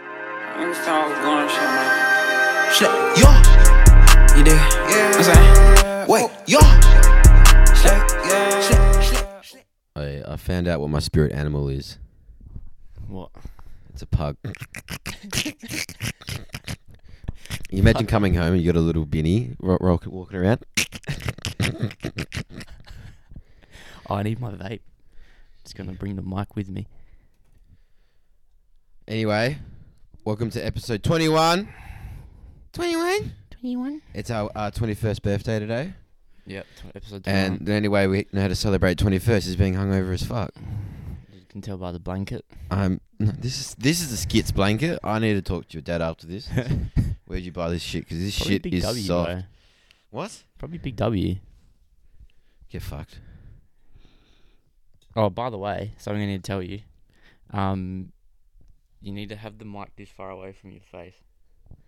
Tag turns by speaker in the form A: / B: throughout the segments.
A: Niggas thought I was going to shit, man.
B: Shit, yo, you there? Yeah. I'm saying, wait, yo. Shit, shit, shit, shit.
C: I, I found out what my spirit animal is.
D: What?
C: It's a pug. you imagine coming home and you got a little binny ro- ro- walking around.
D: Oh, I need my vape. Just gonna bring the mic with me.
C: Anyway, welcome to episode 21. 21?
D: Twenty-one.
C: It's our, our 21st birthday today.
D: Yep. tw- Episode
C: And
D: twenty-one.
C: the only way we know how to celebrate 21st is being hungover as fuck.
D: you can tell by the blanket.
C: Um, no, this is this is a skits blanket. I need to talk to your dad after this. Where'd you buy this shit? Because this
D: Probably
C: shit
D: Big
C: is
D: W,
C: soft.
D: bro.
C: What?
D: Probably Big W.
C: Get fucked.
D: Oh, by the way, something I need to tell you. Um, you need to have the mic this far away from your face.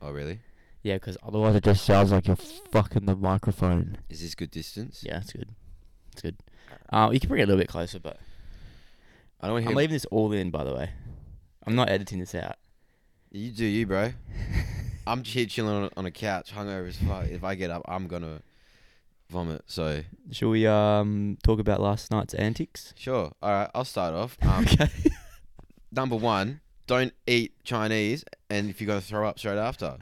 C: Oh really?
D: Yeah, 'cause otherwise it just sounds like you're fucking the microphone.
C: Is this good distance?
D: Yeah, it's good. It's good. Uh, you can bring it a little bit closer, but
C: I don't want to
D: I'm
C: hear.
D: leaving this all in. By the way, I'm not editing this out.
C: you do you, bro. I'm just here chilling on, on a couch, hungover as fuck. If I get up, I'm gonna vomit. So
D: Shall we um talk about last night's antics?
C: sure. All right, I'll start off. Um,
D: okay.
C: number one, don't eat Chinese, and if you're gonna throw up straight after,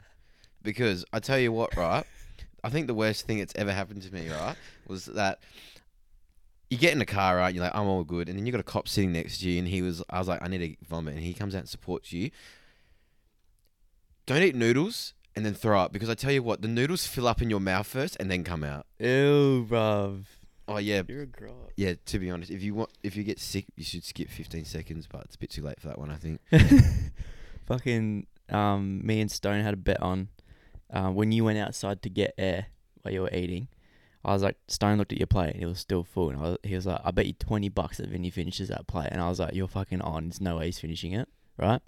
C: because I tell you what, right? I think the worst thing that's ever happened to me, right, was that you get in the car, right? You're like, I'm all good, and then you got a cop sitting next to you, and he was, I was like, I need to vomit, and he comes out and supports you. Don't eat noodles and then throw up, because I tell you what, the noodles fill up in your mouth first and then come out.
D: Ew, bruv.
C: Oh yeah,
D: You're a grog.
C: yeah. To be honest, if you want, if you get sick, you should skip 15 seconds, but it's a bit too late for that one, I think.
D: Fucking um, me and Stone had a bet on uh, when you went outside to get air while you were eating. I was like, Stone looked at your plate and it was still full, and I was, he was like, "I bet you twenty bucks that Vinny finishes that plate." And I was like, "You're fucking on. There's no way he's finishing it, right?"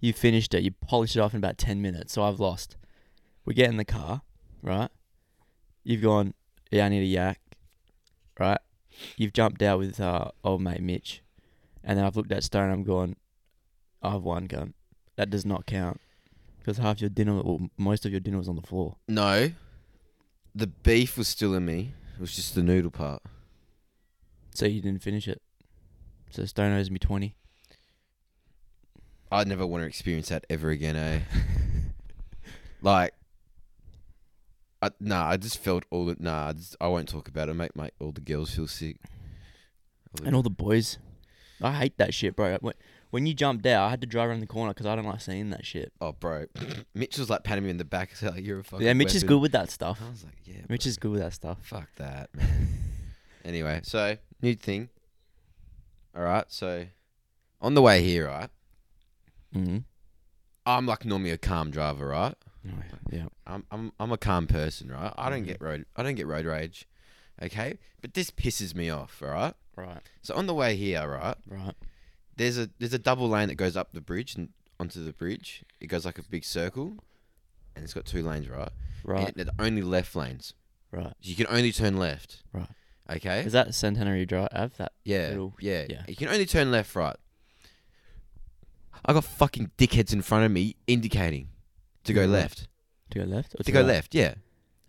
D: You finished it. You polished it off in about ten minutes, so I've lost. We get in the car, right? You've gone. Yeah, I need a yak, right? You've jumped out with uh, old mate Mitch, and then I've looked at Stone. I'm going. I have one gun. That does not count because half your dinner, or most of your dinner, was on the floor.
C: No. The beef was still in me. It was just the noodle part.
D: So you didn't finish it. So Stone owes me twenty.
C: I never want to experience that ever again, eh? like, I, nah, I just felt all the Nah, I, just, I won't talk about it. Make my all the girls feel sick.
D: And all the boys, I hate that shit, bro. When, when you jumped out, I had to drive around the corner because I don't like seeing that shit.
C: oh, bro, Mitch was like patting me in the back. He's like, "You're a fucking."
D: yeah, Mitch is
C: weapon." Uh-huh.
D: good with that stuff.
C: I was like, "Yeah,
D: Mitch
C: bro,
D: is good with that stuff.
C: fuck that." Man. anyway, so new thing. All right, so on the way here, right?
D: Mm-hmm.
C: I'm like normally a calm driver, right?
D: Yeah.
C: I'm I'm I'm a calm person, right? I don't get
D: Mm-hmm.
C: road I don't get road rage. Okay? But this pisses me off, all right?
D: Right.
C: So on the way here, right,
D: Right.
C: there's a there's a double lane that goes up the bridge and onto the bridge. It goes like a big circle and it's got two lanes, right? And
D: Right.
C: they're the only left lanes.
D: Right.
C: You can only turn left.
D: Right.
C: Okay?
D: Is that Centenary Drive? Have that?
C: Yeah,
D: little-
C: yeah,
D: yeah.
C: You can only turn left, right. I got fucking dickheads in front of me indicating to go
D: Right.
C: left.
D: To go left. Or
C: To go left, yeah.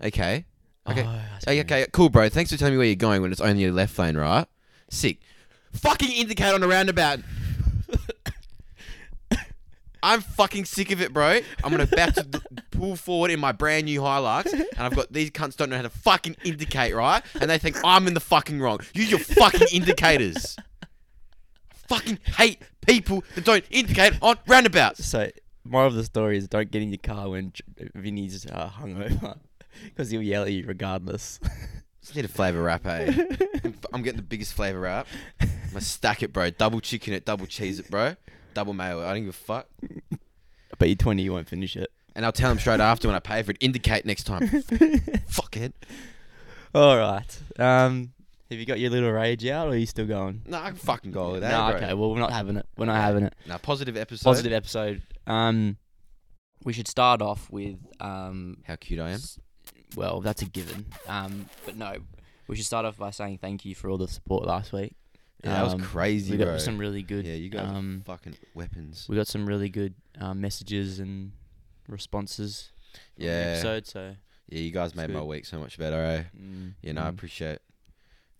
C: Okay. Okay.
D: Oh, I see what
C: Okay,
D: you mean.
C: okay, cool, bro. Thanks for telling me where you're going when it's only a left lane, right? Sick. Fucking indicate on a roundabout. I'm fucking sick of it, bro. I'm gonna back to pull forward in my brand new Hilux, and I've got these cunts don't know how to fucking indicate, right? And they think I'm in the fucking wrong. Use your fucking indicators. I fucking hate people that don't indicate on roundabouts.
D: So, moral of the story is don't get in your car when J- Vinny's uh, hungover because he'll yell at you regardless.
C: Just need a flavor wrap, eh? I'm- I'm getting the biggest flavor wrap. I'm gonna stack it, bro. Double chicken it, double cheese it, bro. Double mayo. it. I don't give a fuck.
D: but you're 20, you won't finish it.
C: And I'll tell him straight after when I pay for it. Indicate next time. fuck it.
D: All right. Um, have you got your little rage out, or are you still going?
C: No, I can fucking go with Oh, that,
D: no,
C: bro.
D: okay. Well, we're not having it. We're not having it.
C: Nah, positive episode.
D: Positive episode. Um, we should start off with um,
C: How cute I am.
D: s- well, that's a given. Um, but no, we should start off by saying thank you for all the support last week.
C: Yeah, that
D: Um,
C: was crazy,
D: We got
C: bro.
D: some really good.
C: yeah, you guys are
D: um,
C: fucking weapons.
D: we got some really good um, messages and responses. from the
C: Yeah.
D: episode. So
C: Yeah, you guys made my
D: good.
C: week so much better, eh?
D: mm,
C: You know, I
D: mm,
C: appreciate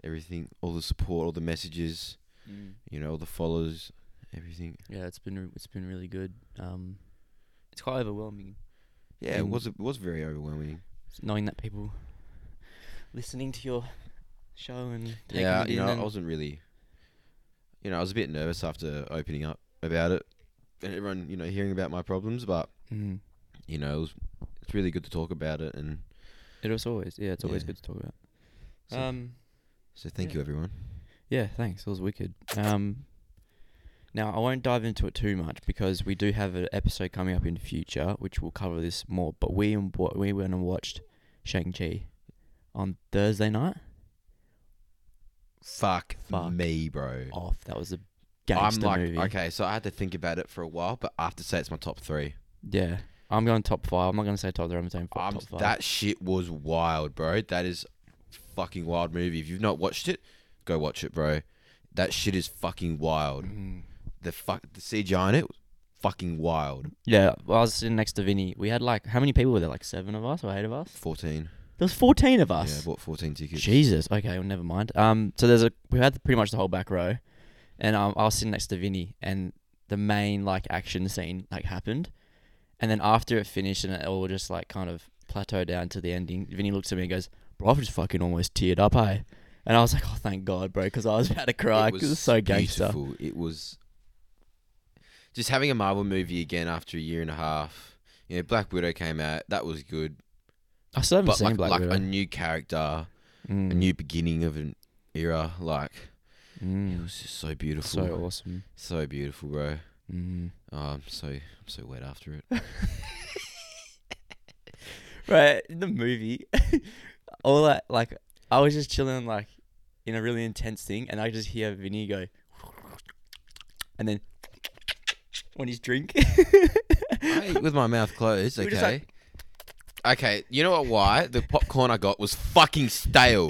C: everything, all the support, all the messages,
D: mm.
C: you know, all the follows, everything.
D: yeah, it's been re- it's been really good. Um, it's quite overwhelming
C: Yeah, it
D: And-
C: was it was very overwhelming.
D: knowing that people listening to your show and taking
C: Yeah,
D: it
C: you
D: in
C: know, I
D: and-
C: wasn't really, you know, I was a bit nervous after opening up about it and everyone, you know, hearing about my problems, but
D: Mm.
C: you know, it was, it's really good to talk about it, and
D: It was always yeah, it's always
C: Yeah.
D: good to talk about.
C: So-
D: um,
C: so thank
D: Yeah.
C: you everyone.
D: yeah, thanks. It was wicked. Um, now I won't dive into it too much because we do have an episode coming up in future which will cover this more. But we and wa- we went and watched Shang Chi on Thursday night.
C: Fuck,
D: Fuck
C: me, bro.
D: Off. Oh, That was a
C: I'm
D: gangster
C: like,
D: movie.
C: okay, so I had to think about it for a while, but I have to say it's my top three.
D: Yeah, I'm going top five. I'm not going to say top three. I'm saying fo-
C: I'm,
D: top five.
C: that shit was wild, bro. That is fucking wild movie. If you've not watched it, go watch it, bro. That shit is fucking wild. The fuck, the CGI in it, was fucking wild.
D: yeah, well, I was sitting next to Vinny. We had like how many people were there? Like seven of us or eight of us?
C: Fourteen.
D: There was fourteen of
C: Yeah,
D: us.
C: I bought fourteen tickets.
D: Jesus. Okay. Well, never mind. Um. So there's a we had pretty much the whole back row, and um, I was sitting next to Vinny, and the main like action scene like happened, and then after it finished and it all just like kind of plateaued down to the ending, Vinny looks at me and goes, "Bro, I've just fucking almost teared up, hey." And I was like, "Oh, thank God, bro," because I was about to cry because it's so gangster.
C: beautiful. It was just having a Marvel movie again after a year and a half. You know, Black Widow came out. That was good.
D: I still haven't
C: But
D: seen
C: like,
D: Black
C: like
D: Widow.
C: a new character,
D: Mm,
C: a new beginning of an era. Like it
D: mm,
C: was just so beautiful.
D: so
C: So,
D: awesome.
C: beautiful, bro.
D: Mm.
C: Oh, I'm so I'm so wet after it.
D: Right, in the movie, all that like I was just chilling like in a really intense thing, and I just hear Vinny go, and then when he's drink,
C: I ate with my mouth closed.
D: We're
C: Okay.
D: just like-
C: Okay, you know what? Why the popcorn I got was fucking stale.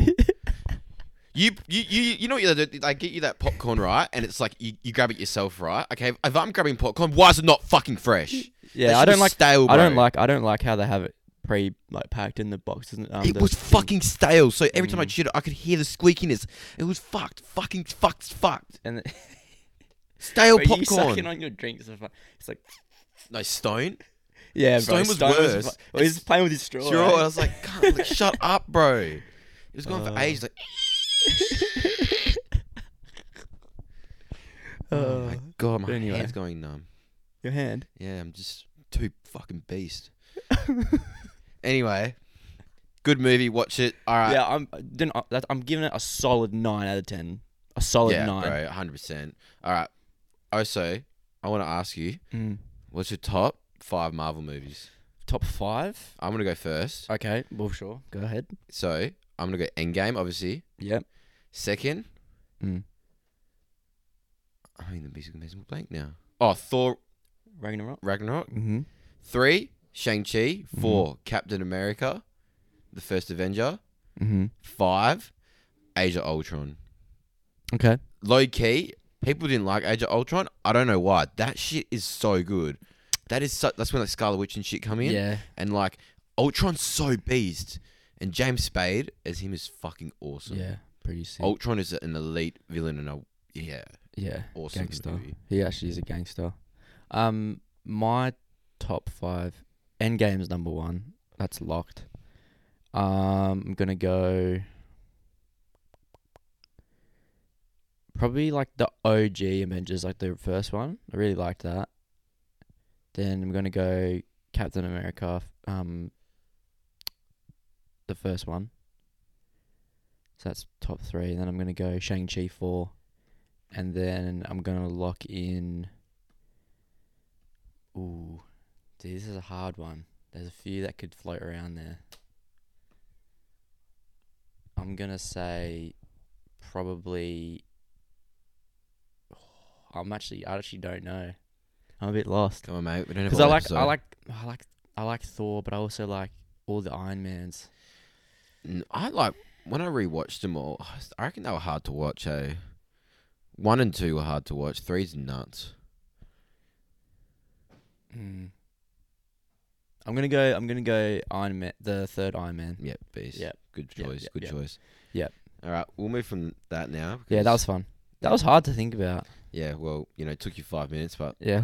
C: You, you, you, you know what you do? I get you that popcorn, right? And it's like you, you grab it yourself, right? Okay, if I'm grabbing popcorn, why is it not fucking fresh? That
D: yeah, I
C: shit
D: don't
C: was
D: like
C: stale.
D: I don't
C: bro.
D: like I don't like how they have it pre like packed in the boxes. and, Um,
C: It
D: the
C: was
D: thing.
C: fucking stale. So every
D: Mm.
C: time I chewed it, I could hear the squeakiness. It was fucked, fucking fucked, fucked.
D: and the,
C: Stale
D: but you
C: popcorn.
D: sucking on your drinks. and fuck- It's like
C: no stone.
D: yeah,
C: Stone
D: bro,
C: was worse.
D: fu- well, he's playing with his straw.
C: Sure.
D: eh?
C: I was like, God, like, shut up, bro. It was going for
D: Oh.
C: ages. Like, oh my
D: Uh,
C: God, my
D: but anyway.
C: hand's going numb.
D: your hand.
C: Yeah, I'm just too fucking beast. anyway, good movie. Watch it. All right.
D: yeah, I'm. Then I- that- I'm giving it a solid nine out of ten. A solid
C: yeah,
D: nine.
C: bro, 100. percent All right. Also, I want to ask you,
D: Mm.
C: what's your top five Marvel movies?
D: Top five.
C: I'm gonna go first.
D: Okay. Well, sure. Go ahead.
C: So I'm gonna go Endgame, obviously.
D: Yep.
C: Second,
D: Mm.
C: I mean the basic amazing blank now. Oh, Thor
D: Ragnarok.
C: Ragnarok.
D: Mm-hmm.
C: Three, Shang Chi. 4 Captain America, the First Avenger.
D: Mm-hmm.
C: Five, Age of Ultron.
D: Okay.
C: low key, people didn't like Age of Ultron. I don't know why. That shit is so good. That is so, that's when like Scarlet Witch and shit come in.
D: Yeah.
C: And like Ultron's so beast. And James Spade as him is fucking awesome.
D: Yeah. Pretty sick.
C: Ultron is an elite villain and a yeah,
D: yeah.
C: awesome
D: Gangster.
C: movie.
D: He actually is a gangster. Um, my top five. Endgame's number one. That's locked. Um, I'm gonna go. Probably like the OG Avengers, like the first one. I really liked that. Then I'm gonna go Captain America. Um, the first one. So that's top three. And then I'm gonna go Shang Chi four, and then I'm gonna lock in. Ooh, dude, this is a hard one. There's a few that could float around there. I'm gonna say, probably. I'm actually, I actually don't know. I'm a bit lost.
C: Come on, mate. We don't have
D: Because
C: a
D: I
C: whole
D: like, I
C: episode.
D: like, I like, I like Thor, but I also like all the Iron Mans.
C: Mm, I like when I rewatched them all. I reckon they were hard to watch. Hey, One and two were hard to watch. Three's nuts.
D: Mm. I'm gonna go. I'm gonna go Iron Man, the third Iron Man.
C: Yep, beast.
D: Yep.
C: Good
D: Yep,
C: choice.
D: yep,
C: good
D: yep.
C: choice.
D: Yep.
C: All right, we'll move from that now.
D: Yeah, that
C: because-
D: was fun. That was hard to think about.
C: Yeah, well, you know, it took you five minutes, but.
D: Yeah.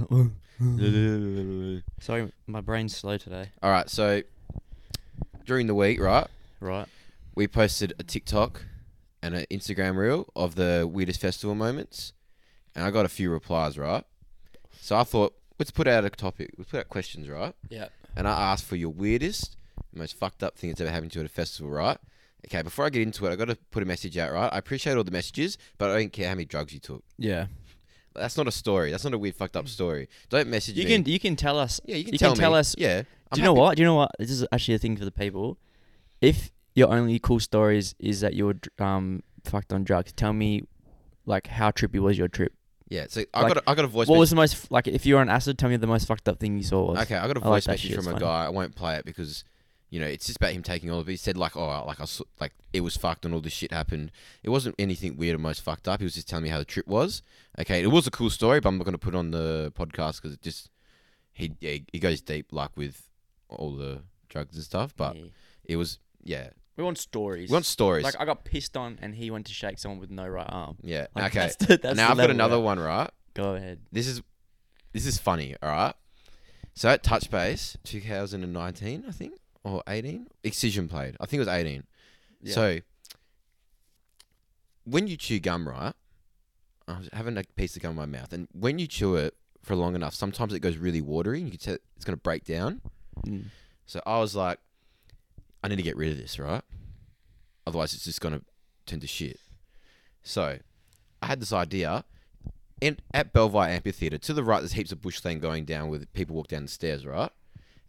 D: Sorry, my brain's slow today.
C: All right, so during the week, right,
D: Right.
C: we posted a TikTok and an Instagram reel of the weirdest festival moments, and I got a few replies, right. So I thought, let's put out a topic. Let's put out questions, right?
D: Yeah.
C: and I asked for your weirdest, most fucked up thing that's ever happened to you at a festival, right? Okay, before I get into it, I got to put a message out, right? I appreciate all the messages, but I don't care how many drugs you took.
D: Yeah.
C: That's not a story. That's not a weird fucked up story. Don't message
D: You
C: me.
D: can you can tell us.
C: yeah, you can tell, me.
D: us.
C: Yeah, I'm
D: do you know
C: happy-
D: what? Do you know what? This is actually a thing for the people. If your only cool stories is that you were dr- um fucked on drugs, tell me like how trippy was your trip?
C: Yeah, so I
D: Like,
C: got a, I got a voice.
D: What was
C: message.
D: the most f- like if you were on acid? Tell me the most fucked up thing you saw was. Oh,
C: okay? I got a
D: I like
C: voice
D: that
C: message
D: shit,
C: from
D: it's
C: a
D: funny.
C: guy. I won't play it because you know it's just about him taking all of it. He said like, oh, like I saw, like it was fucked and all this shit happened. It wasn't anything weird or most fucked up. He was just telling me how the trip was. Okay, it was a cool story, but I'm not going to put it on the podcast because it just he yeah, he goes deep like with all the drugs and stuff. But
D: Yeah.
C: it was yeah.
D: we want stories.
C: We want stories.
D: Like I got pissed on, and he went to shake someone with no right arm.
C: yeah.
D: Like,
C: okay.
D: that's the- that's
C: now
D: the
C: I've got
D: level
C: another
D: we're at.
C: one right.
D: Go ahead.
C: this is this is funny, all right? So at Touch Base, 2019, I think, or 18, Excision played. I think it was 18.
D: Yeah.
C: So when you chew gum, right? I was having a piece of gum in my mouth, and when you chew it for long enough, sometimes it goes really watery, and you can tell it's going to break down.
D: Mm.
C: So I was like, I need to get rid of this, right? Otherwise, it's just going to turn to shit. So I had this idea. And at Belvire Amphitheatre, to the right, there's heaps of bushland going down with people walk down the stairs, right?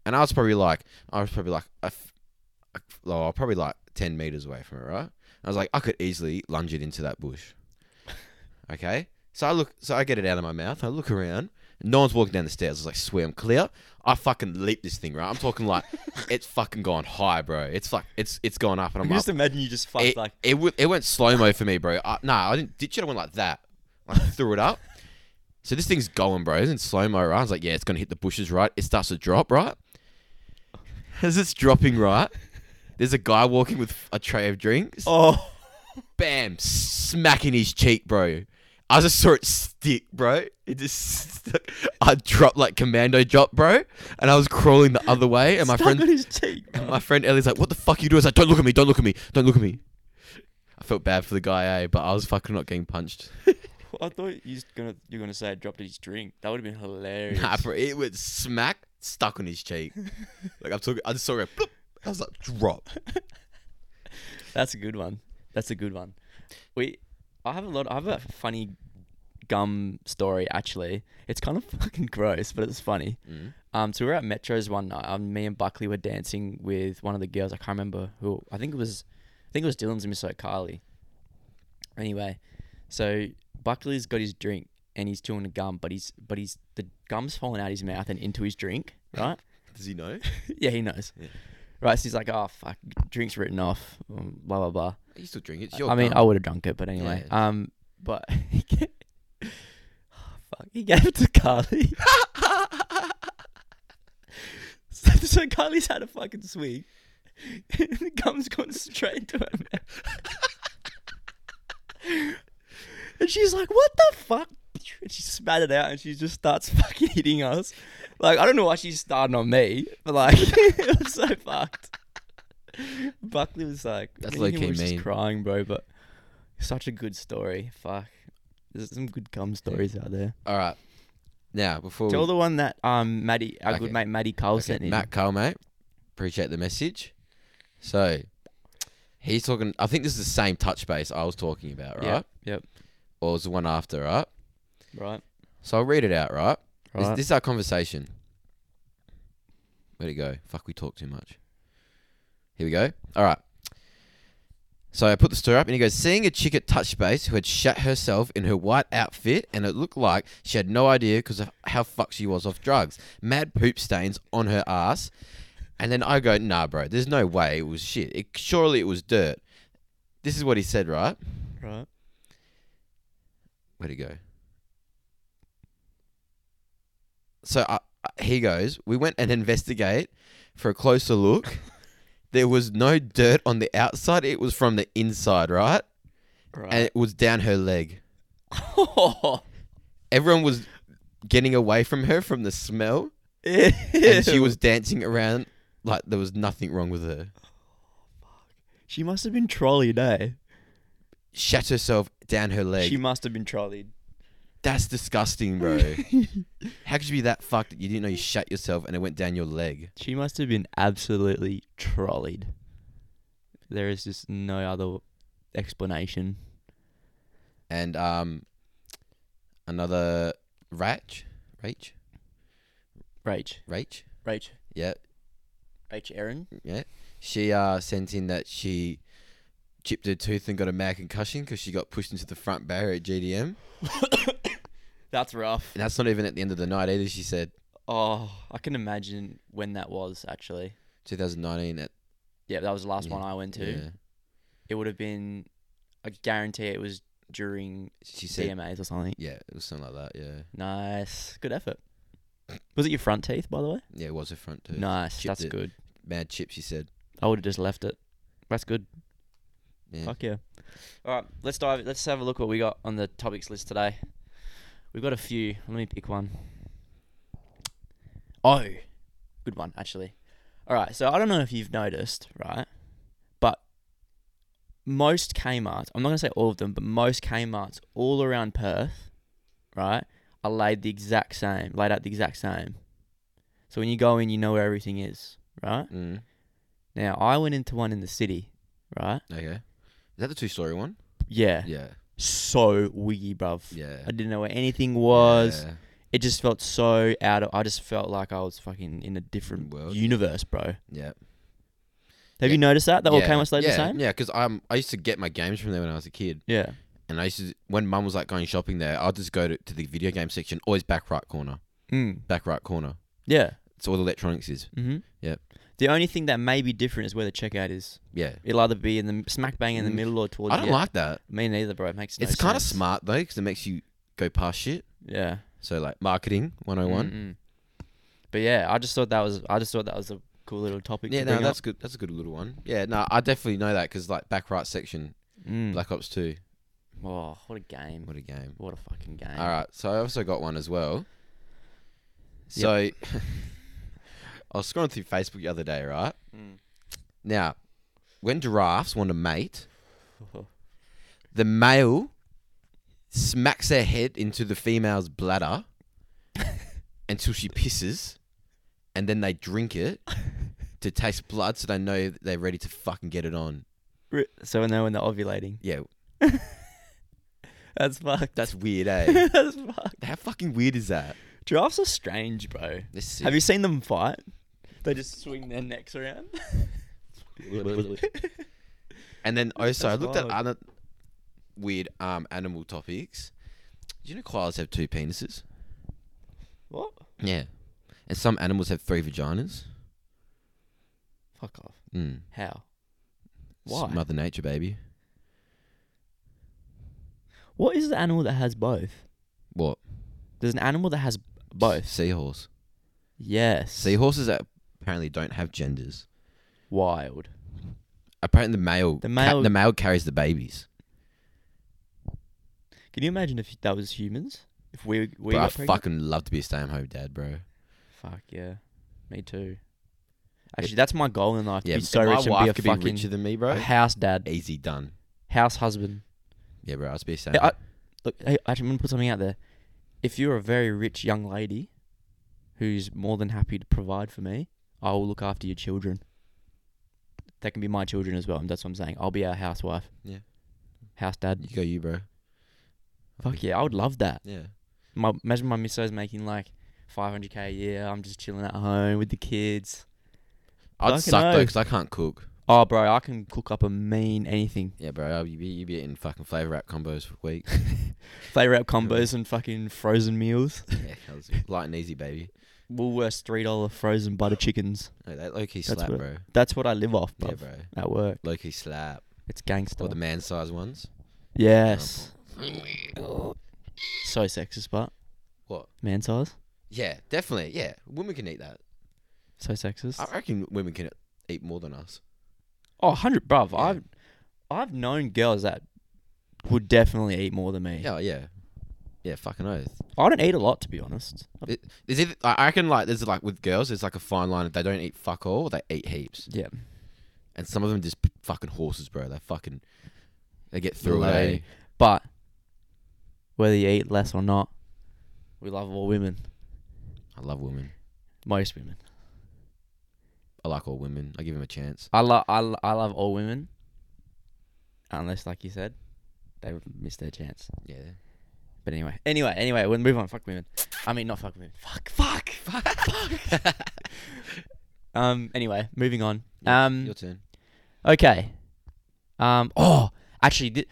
C: And I was probably like, I was probably like, a f- a f- well, I was probably like 10 meters away from it, right? I was like, I could easily lunge it into that bush. Okay? So I look, so I get it out of my mouth. I look around. No one's walking down the stairs. I was like, swear I'm clear. I fucking leap this thing, right? I'm talking like, it's fucking gone high, bro. It's like, it's it's gone up, and I'm like,
D: imagine you just fucked
C: it, it, w- it went slow mo for me, bro. Uh, nah, I didn't ditch it. I went like that. I threw it up. So this thing's going, bro. It's in slow mo, right? I was like, yeah, it's going to hit the bushes, right? It starts to drop, right? As it's dropping, right? There's a guy walking with a tray of drinks.
D: Oh.
C: Bam! Smacking his cheek, bro. I just saw it stick, bro. It just stuck. I dropped like commando drop, bro. And I was crawling the other way. And my friend,
D: his cheek.
C: and my friend Ellie's like, "What the fuck you doing?" I was like, "Don't look at me! Don't look at me! Don't look at me!" I felt bad for the guy, eh? But I was fucking not getting punched.
D: I thought you was gonna you were gonna say I dropped his drink. That would have been hilarious.
C: nah, bro, it was smack stuck on his cheek. like I'm talking, I just saw it. go, bloop. I was like, "Drop."
D: That's a good one. That's a good one. We, I have a lot. I have a funny gum story actually. It's kind of fucking gross, but it's funny. Um, so we were at Metro's one night. Um, me and Buckley were dancing with one of the girls. I can't remember who. I think it was, I think it was Dylan's Miss Carly. Anyway, so Buckley's got his drink and he's chewing a gum, but he's but he's the gum's falling out his mouth and into his drink, right?
C: Does he know?
D: yeah, he knows. Right, so he's like, oh fuck, drink's written off, um, blah blah blah.
C: You still drink it? It's your
D: I mean,
C: gum.
D: I would have drunk it, but anyway.
C: Yeah.
D: Um, but he gave, fuck, he gave it to Carly. so, so Carly's had a fucking swig, and the gum's gone straight into her mouth. and she's like, "What the fuck?" And she spat it out, and she just starts fucking hitting us. Like, I don't know why she's starting on me, but like, it was so fucked. Buckley was like,
C: That's
D: me and him
C: low-key
D: were just
C: mean.
D: crying, bro. But such a good story. Fuck, there's some good cum stories out there.
C: All right. Now before we-
D: Tell the one that um Maddie, our
C: Okay.
D: good mate Maddie Cole
C: Okay,
D: sent in.
C: Matt Carl, mate. Appreciate the message. So he's talking. I think this is the same touch base I was talking about, right?
D: Yep, yep.
C: Or was the one after, right?
D: Right.
C: So I'll read it out, right? This,
D: Right.
C: this is our conversation. Where'd it go? Fuck, we talk too much. Here we go. All right. So I put the story up and he goes, Seeing a chick at Touch Base who had shat herself in her white outfit and it looked like she had no idea because of how fucked she was off drugs. Mad poop stains on her ass. And then I go, Nah, bro, there's no way it was shit. It, surely it was dirt. This is what he said, right?
D: right.
C: where to go? So I, I- he goes, we went and investigate for a closer look. there was no dirt on the outside. It was from the inside, right? And
D: Right.
C: it was down her leg. Everyone was getting away from her from the smell. And she
D: Ew.
C: was dancing around like there was nothing wrong with her.
D: She must have been trolleyed, eh?
C: Shat herself down her leg.
D: She must have been trolleyed.
C: That's disgusting, bro. How could you be that fucked that you didn't know you shat yourself and it went down your leg?
D: She must have been absolutely trolleyed. There is just no other explanation.
C: And um, another Rach, Rach,
D: Rach.
C: Rach,
D: Rach.
C: yeah,
D: Rach Aaron.
C: yeah. She uh sent in that she chipped her tooth and got a mad concussion because she got pushed into the front barrier at GDM.
D: That's rough.
C: And that's not even at the end of the night either. She said
D: Oh, I can imagine when that was actually.
C: 2019 at
D: Yeah, that was the last
C: Yeah,
D: one I went to.
C: yeah.
D: It would have been, I guarantee it was during
C: She said
D: CMAs or something.
C: yeah, it was something like that. Yeah,
D: Nice, good effort. Was it your front teeth, by the way?
C: yeah, it was her front tooth.
D: nice,
C: chipped
D: that's
C: it.
D: good.
C: Mad chip. She said.
D: I would have just left it. That's good.
C: Yeah.
D: Fuck yeah. All right, let's dive. Let's have a look what we got on the topics list today. We've got a few. Let me pick one. Oh, good one actually. All right, so I don't know if you've noticed, right? But most Kmart's, I'm not gonna say all of them, but most Kmart's all around Perth, right, are laid the exact same, laid out the exact same. So when you go in, you know where everything is, right?
C: Mm.
D: Now I went into one in the city, right?
C: Okay. Is that the two story one?
D: Yeah.
C: Yeah.
D: So wiggy, bruv.
C: Yeah.
D: I didn't know where anything was.
C: Yeah.
D: It just felt so out of. I just felt like I was fucking in a different
C: World.
D: universe, bro. Have
C: Yeah. Yeah.
D: you noticed that? That all
C: Yeah.
D: came out like
C: yeah.
D: the same.
C: Yeah, because um, I used to get my games from there when I was a kid,
D: Yeah.
C: and I used to when mum was like going shopping there, I'd just go to, to the video game section, always back right corner,
D: Mm.
C: back right corner.
D: Yeah.
C: It's all the electronics is.
D: Mm-hmm.
C: Yep.
D: The only thing that may be different is where the checkout is.
C: Yeah.
D: It'll either be in the smack bang in the
C: Mm.
D: middle or towards.
C: I don't
D: the
C: like that.
D: Me neither, bro. It makes. No
C: it's kind of
D: sense.
C: smart though, because it makes you go past shit.
D: Yeah.
C: So like marketing 101.
D: Mm-mm. But yeah, I just thought that was. I just thought that was a cool little topic.
C: Yeah,
D: to
C: no,
D: bring up.
C: that's good. That's a good little one. Yeah, no, I definitely know that because like back right section,
D: Mm.
C: Black Ops Two.
D: Oh, what a game.
C: What a game.
D: What a fucking game.
C: All right, so I also got one as well. So I was scrolling through Facebook the other day, right? Now, when giraffes want to mate, the male smacks their head into the female's bladder until she pisses, and then they drink it to taste blood so they know that they're ready to fucking get it on.
D: Ri- So now when they're ovulating.
C: Yeah,
D: That's fucked.
C: that's weird, eh?
D: That's fucked.
C: How fucking weird is that?
D: Giraffes are strange, bro.
C: This is
D: Have you seen them fight? They just swing their necks around.
C: And then also, I
D: That's
C: looked at
D: wild.
C: other weird um animal topics. Do you know koalas have two penises?
D: what?
C: Yeah. And some animals have three vaginas.
D: Fuck off.
C: Mm.
D: How?
C: It's
D: Why?
C: Mother nature, baby.
D: What is the animal that has both?
C: What?
D: There's an animal that has both.
C: Seahorse.
D: Yes.
C: Seahorses that apparently don't have genders.
D: Wild.
C: Apparently, the male
D: The
C: ca-
D: male-
C: the male carries the babies.
D: Can you imagine if that was humans? If we we
C: Bro, I
D: got pregnant?
C: fucking love to be a stay-at-home dad, bro.
D: Fuck yeah. Me too. Actually, that's my goal in life. To
C: Yeah,
D: be so
C: my
D: rich
C: wife
D: and
C: could
D: be a fucking
C: be richer than me, bro.
D: house dad,
C: Easy done.
D: house husband.
C: Yeah, bro. I was be a
D: Hey,
C: stay-at-home.
D: I, look, hey, actually, I'm gonna put something out there. If you're a very rich young lady who's more than happy to provide for me, I will look after your children. That can be my children as well. And that's what I'm saying. I'll be a housewife.
C: Yeah.
D: House dad.
C: You go, you, bro.
D: Fuck yeah, I would love that.
C: Yeah.
D: My imagine my misso's making like 500k a year. I'm just chilling at home with the kids.
C: I'd
D: Fucking
C: suck though
D: oath.
C: because I can't cook.
D: Oh, bro, I can cook up a mean anything.
C: Yeah, bro. You'd be, you be eating fucking flavor wrap combos for weeks.
D: Flavor out combos and fucking frozen meals.
C: Yeah, that was light and easy, baby.
D: Woolworths three dollar frozen butter chickens.
C: No, that low key
D: That's
C: slap,
D: what-
C: bro.
D: That's what I live off, bro.
C: Yeah, bro.
D: At work,
C: Low key slap.
D: it's gangster.
C: Or the man size ones.
D: yes. So sexist, but
C: What?
D: man size.
C: Yeah, definitely. Yeah, women can eat that.
D: So sexist.
C: I reckon women can eat more than us.
D: Oh, 100, bruv.
C: Yeah.
D: I've I've known girls that would definitely eat more than me.
C: Yeah, yeah, yeah. Fucking oath.
D: I don't eat a lot, to be honest.
C: It, is it? I I reckon like there's like with girls, there's like a fine line. They don't eat fuck all. They eat heaps,
D: Yeah.
C: and some of them just p- fucking horses, bro. They fucking they get through it. eh?
D: Like, But whether you eat less or not, we love all women.
C: I love women.
D: Most women.
C: I like all women. I give them a chance.
D: I love I, lo- I love all women, unless like you said, they would miss their chance.
C: Yeah.
D: But anyway, anyway, anyway, we'll move on. Fuck women. I mean, not fuck women. Fuck, fuck, fuck, fuck. um. Anyway, moving on. Um.
C: Your turn.
D: Okay. Um. Oh, actually, thi-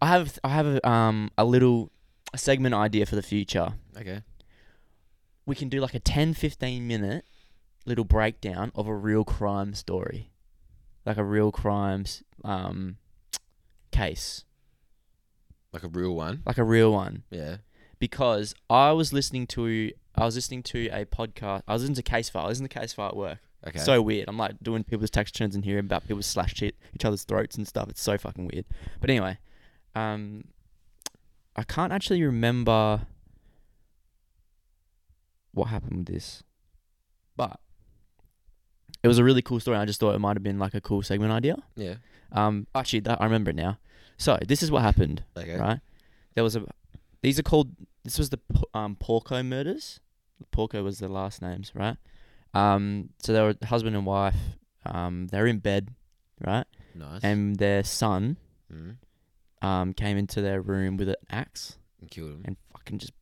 D: I have I have a, um a little segment idea for the future.
C: Okay.
D: We can do like a 10, 15 minute little breakdown of a real crime story, like a real crimes um case,
C: Like a real one.
D: like a real one.
C: Yeah.
D: Because I was listening to I was listening to a podcast. I was listening to Case File. I was listening to Case File at work.
C: Okay.
D: So weird. I'm like doing people's tax returns and hearing about people slash shit each other's throats and stuff. It's so fucking weird. But anyway, um, I can't actually remember what happened with this, but it was a really cool story. I just thought it might have been like a cool segment idea.
C: yeah.
D: Um, actually, that, I remember it now. So this is what happened,
C: Okay.
D: right? There was a. These are called. This was the P- um, Porco murders. Porco was the last names, right? Um, so they were husband and wife. Um, they're in bed, right?
C: Nice.
D: And their son
C: mm.
D: um came into their room with an axe
C: and killed him.
D: and fucking just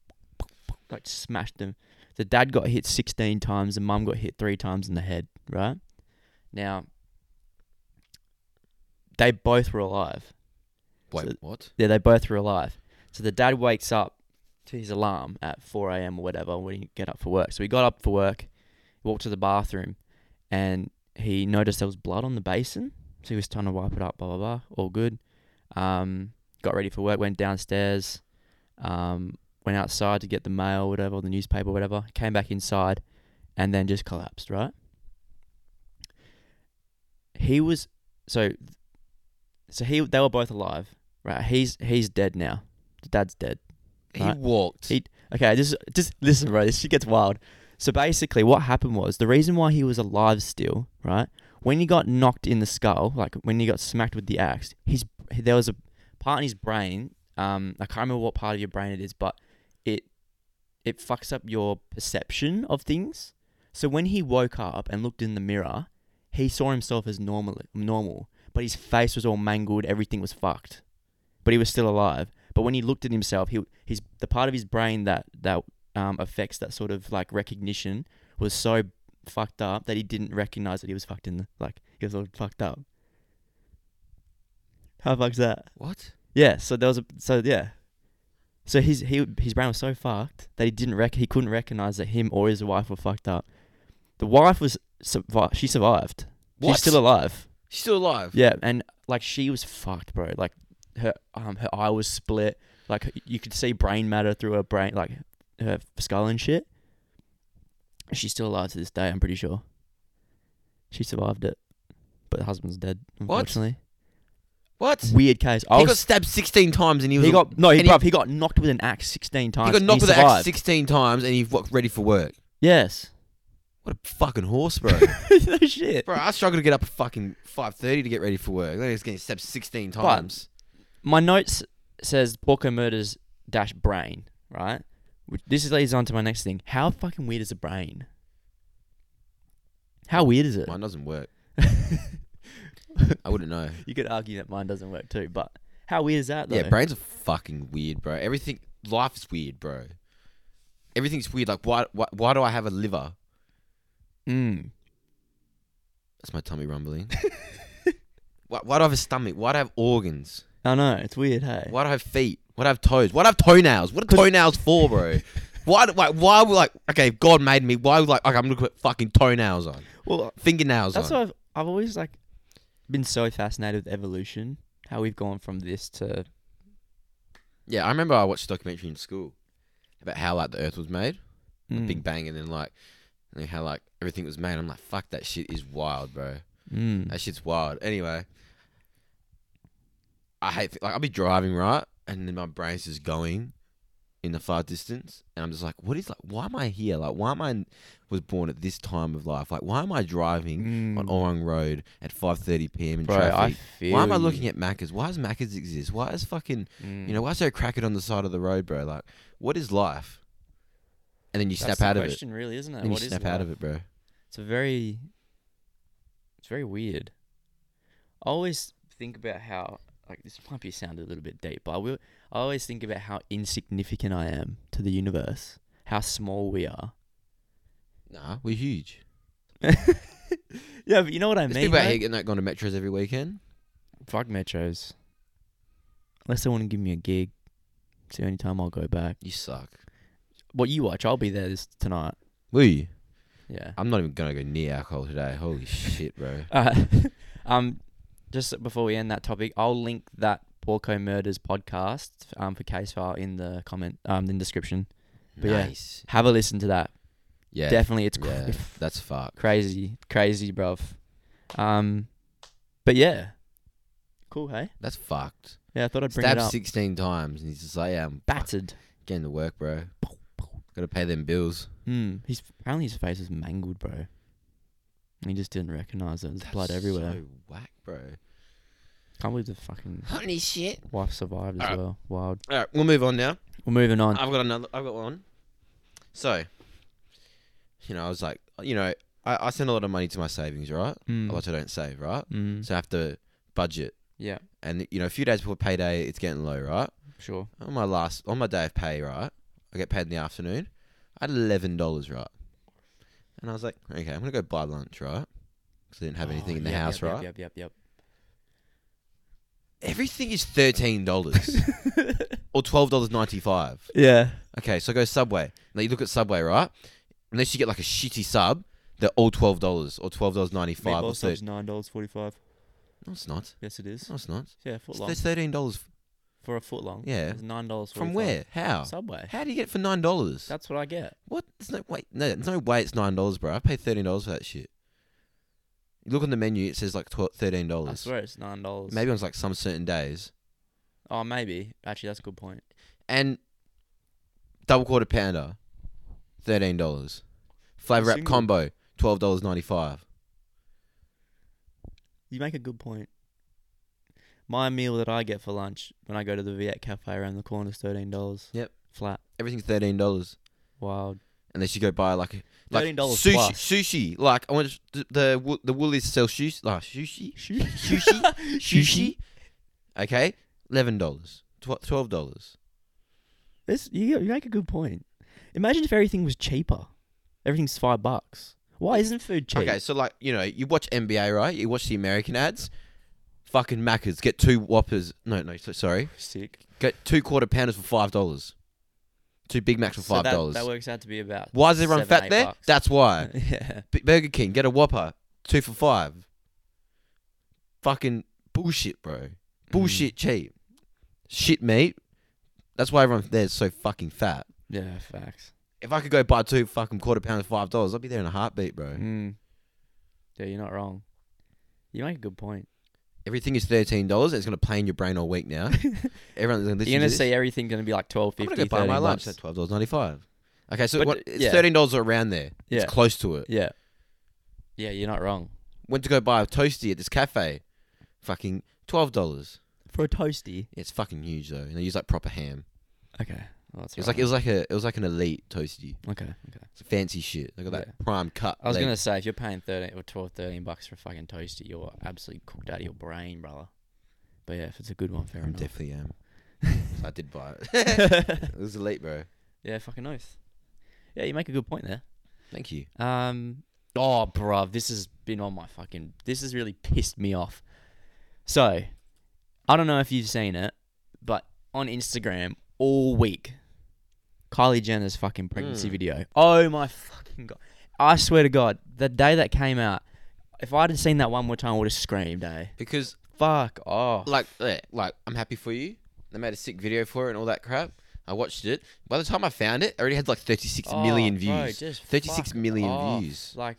D: like smashed them. The dad got hit 16 times, the mum got hit three times in the head, right? Now, they both were alive.
C: Wait,
D: so-
C: what?
D: Yeah, they both were alive. So the dad wakes up to his alarm at 4 a.m. or whatever when he get up for work. So he got up for work, walked to the bathroom, and he noticed there was blood on the basin. So he was trying to wipe it up, blah, blah, blah. All good. Um, got ready for work, went downstairs, um, went outside to get the mail, whatever, or the newspaper, whatever. Came back inside and then just collapsed, right? He was, so, so he, they were both alive. Right, he's he's dead now. The dad's dead.
C: He
D: Right.
C: walked.
D: He- Okay, just just listen, bro. This shit gets wild. So basically, what happened was the reason why he was alive still, right? When he got knocked in the skull, like when he got smacked with the axe, his there was a part in his brain. Um, I can't remember what part of your brain it is, but it it fucks up your perception of things. So when he woke up and looked in the mirror, he saw himself as normal, normal, but his face was all mangled. Everything was fucked, but he was still alive. But when he looked at himself, he his the part of his brain that that um, affects that sort of like recognition was so fucked up that he didn't recognize that he was fucked in the like he was all fucked up. How fucks that?
C: what?
D: Yeah. So there was a so yeah. So his he his brain was so fucked that he didn't rec- he couldn't recognize that him or his wife were fucked up. The wife was survi- she survived.
C: What?
D: She's still alive.
C: She's still alive.
D: Yeah, and like she was fucked, bro. Like her um her eye was split. Like you could see brain matter through her brain, like her skull and shit. She's still alive to this day. I'm pretty sure. She survived it, but the husband's dead.
C: What?
D: Unfortunately,
C: What?
D: weird case. I
C: he got
D: was,
C: stabbed 16 times and he
D: he
C: was.
D: got no, he,
C: and he-
D: bruv, he got knocked with an axe sixteen times.
C: he got
D: and
C: knocked with an axe
D: survived.
C: 16 times and he walked ready for work.
D: Yes.
C: What a fucking horse, bro.
D: no shit.
C: bro, I struggle to get up at fucking 5.30 to get ready for work. Then he's getting stabbed 16
D: But-
C: times.
D: my notes says Porco murders dash brain, right? Which this leads on to my next thing. How fucking weird is a brain? How weird is it?
C: Mine doesn't work. I wouldn't know.
D: you could argue that mine doesn't work too, but how weird is that though?
C: Yeah, brains are fucking weird, bro. Everything, life is weird, bro. Everything's weird. Like, why, why, why do I have a liver?
D: Mm.
C: That's my tummy rumbling. why, why do I have a stomach? Why do I have organs?
D: I know it's weird, hey.
C: Why do I have feet? Why do I have toes? Why do I have toenails? What are
D: 'Cause-
C: toenails for, bro? why, do- like, why would, like, okay, if God made me, why would, like, okay, I'm gonna put fucking toenails on,
D: Well,
C: fingernails
D: that's
C: on.
D: why I've, I've always like been so fascinated with evolution. How we've gone from this to
C: Yeah, I remember I watched a documentary in school about how like the Earth was made,
D: Mm.
C: Big Bang, and then like and then how like everything was made. I'm like, fuck, that shit is wild, bro.
D: Mm.
C: That shit's wild. Anyway, I hate like I'll be driving right, and then my brain's just going in the far distance, and I'm just like, what is like? Why am I here? Like, why am I was born at this time of life? Like, why am I driving on
D: Mm.
C: Orang Road at 5:30 p.m. in
D: Bro, I
C: traffic?
D: feel. hmm.
C: why am I looking at Macca's? Why does Macca's exist? Why is fucking you
D: Mm.
C: know why is there a cracker on the side of the road, bro? Like, what is life? And then you snap out of it.
D: Question, really, isn't it?
C: And you snap out of it, bro.
D: It's a very it's very weird. I always think about how like this might be sound a little bit deep, but I will I always think about how insignificant I am to the universe. How small we are.
C: Nah, we're huge.
D: Yeah, but you know what I
C: There's
D: mean.
C: people out
D: mate?
C: here getting that going to metros every weekend.
D: Fuck metros. Unless they want to give me a gig. It's the only time I'll go back.
C: You suck.
D: What you watch, I'll be there this tonight.
C: Will you?
D: Yeah.
C: I'm not even gonna go near alcohol today. Holy shit, bro.
D: Uh, um, just before we end that topic, I'll link that Porco Murders podcast um, for case file in the comment um in the description. But yeah.
C: nice.
D: Have a listen to that.
C: Yeah.
D: Definitely, it's cr-
C: yeah, that's fuck.
D: crazy, crazy, bruv. Um, but yeah, cool. Hey,
C: That's fucked.
D: yeah, I thought I'd bring it
C: Stabbed
D: up.
C: 16 times, and he's just like, "Yeah, I'm fuck,
D: Battered.
C: getting to work, bro. Got to pay them bills."
D: Hmm. He's apparently his face was mangled, bro. And He just didn't recognize it. There's blood
C: That's
D: everywhere.
C: So whack, bro.
D: Can't believe the fucking
C: Holy shit.
D: wife survived as
C: Alright. Uh,
D: well. Wild.
C: All right, we'll move on now.
D: We're moving on.
C: I've got another. I've got one. So, you know, I was like, you know, I, I send a lot of money to my savings, right?
D: Mm.
C: A lot I don't save, right?
D: Mm.
C: So I have to budget,
D: Yeah,
C: and you know, a few days before payday, it's getting low, right?
D: sure.
C: on my last on my day of pay, right? I get paid in the afternoon. I had eleven dollars, right? And I was like, okay, I'm gonna go buy lunch, right? Because I didn't have anything
D: Oh,
C: in the
D: yep,
C: house,
D: yep,
C: right?
D: Yep, yep, yep.
C: Everything is thirteen dollars or twelve dollars ninety five.
D: Yeah.
C: Okay, so I go Subway. Now you look at Subway, right? Unless you get like a shitty sub, they're all twelve dollars or twelve dollars ninety five.
D: Meatball
C: or
D: subs
C: thirty.
D: nine dollars forty five.
C: No, it's not.
D: Yes, it is.
C: No, it's not.
D: Yeah, foot long
C: Oh. It's thirteen dollars
D: for a foot long.
C: Yeah.
D: it's nine dollars
C: from where? How?
D: Subway.
C: How do you get it for nine dollars?
D: That's what I get.
C: What? There's no wait. No, there's no way. It's nine dollars, bro. I paid thirteen dollars for that shit. You look on the menu. It says like twelve, thirteen
D: I
C: dollars.
D: swear it's nine dollars.
C: Maybe on like some certain days.
D: Oh, maybe. Actually, that's a good point.
C: And double quarter pounder, thirteen dollars. Flavor wrap
D: Single.
C: combo, twelve dollars ninety five.
D: You make a good point. My meal that I get for lunch when I go to the Viet Cafe around the corner is thirteen dollars.
C: Yep.
D: Flat.
C: Everything's thirteen dollars.
D: Wild.
C: Unless you go buy like like
D: $13
C: sushi.
D: plus.
C: Sushi. Like I went to the Wo- the Woolies sell sushi. Like sushi.
D: Sushi.
C: Sushi. Okay, eleven dollars. Twelve dollars.
D: This you you make a good point. Imagine if everything was cheaper. Everything's five bucks. Why isn't food cheap?
C: Okay, so like you know, you watch NBA, right? You watch the American ads. Fucking Macca's get two whoppers. No, no, so, sorry,
D: sick.
C: get two quarter pounders for five dollars. Two Big Macs for
D: So
C: five
D: that-
C: dollars.
D: that, works out to be about.
C: why is everyone
D: seven,
C: fat
D: eight
C: there?
D: bucks.
C: That's why.
D: yeah.
C: B- Burger King get a Whopper, two for five. Fucking bullshit, bro.
D: Mm.
C: Bullshit cheap. Shit meat. That's why everyone there's so fucking fat.
D: Yeah, facts.
C: If I could go buy two fucking quarter pounders for five dollars, I'd be there in a heartbeat, bro.
D: Mm. Yeah, you're not wrong. You make a good point.
C: Everything is thirteen dollars. It's gonna play in your brain all week now. Everyone's gonna listen.
D: you're
C: to
D: gonna
C: this.
D: see everything gonna be like twelve
C: I'm gonna
D: fifty.
C: go buy my lunch at
D: bucks.
C: twelve dollars ninety five. Okay, so
D: But,
C: what,
D: uh,
C: it's
D: yeah.
C: thirteen dollars around there.
D: Yeah.
C: It's close to it.
D: Yeah. Yeah, you're not wrong.
C: Went to go buy a toasty at this cafe. Fucking twelve dollars.
D: For a toasty.
C: It's fucking huge though. And they use like proper ham.
D: Okay. Well, that's
C: It was like it was like a it was like an elite toasty.
D: okay. Okay.
C: It's fancy shit. They got that prime cut.
D: I was
C: leg.
D: gonna say if you're paying thirteen or 12, 13 bucks for a fucking toasty, you're absolutely cooked out of your brain, brother. But yeah, if it's a good one, fair
C: I'm
D: enough.
C: definitely am. So I did buy it. it was elite, bro.
D: yeah, fucking oath. Yeah, you make a good point there.
C: Thank you.
D: Um. Oh, bruv, this has been on my fucking. This has really pissed me off. So, I don't know if you've seen it, but on Instagram all week, Kylie Jenner's fucking pregnancy
C: Hmm.
D: video. Oh my fucking god! I swear to God, the day that came out, if I'd have seen that one more time, I would have screamed. Eh?
C: Because
D: Fuck off.
C: like yeah, like eh, I'm happy for you. They made a sick video for it and all that crap. I watched it. By the time I found it, I already had like 36
D: Oh,
C: million
D: bro,
C: views.
D: just
C: 36
D: fuck
C: million
D: off.
C: views.
D: Like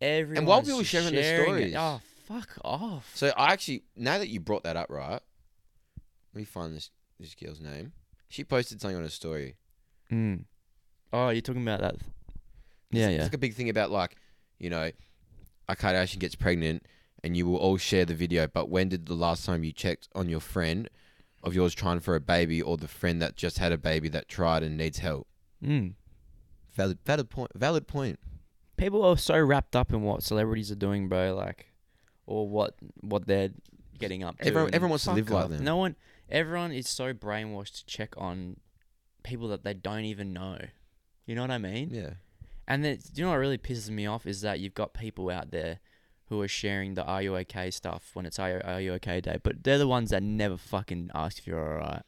D: everyone.
C: while we were sharing the stories-
D: it. oh fuck off!
C: So I actually, now that you brought that up, right? Let me find this this girl's name. She posted something on her story.
D: Mm. Oh, you're talking about that? Yeah,
C: it's, It's
D: yeah.
C: like a big thing about like, you know, a Kardashian gets pregnant and you will all share the video, but when did the last time you checked on your friend of yours trying for a baby or the friend that just had a baby that tried and needs help?
D: Mm.
C: Valid valid point valid point.
D: People are so wrapped up in what celebrities are doing, bro. Like, or what what they're getting up to.
C: Everyone-
D: and
C: everyone wants to
D: fuck
C: live like
D: off.
C: them.
D: No one. Everyone is so brainwashed to check on people that they don't even know. You know what I mean?
C: Yeah.
D: And then, do you know what really pisses me off is that you've got people out there who are sharing the "Are you okay?" stuff when it's "Are you, are you okay?" day, but they're the ones that never fucking ask if you're alright,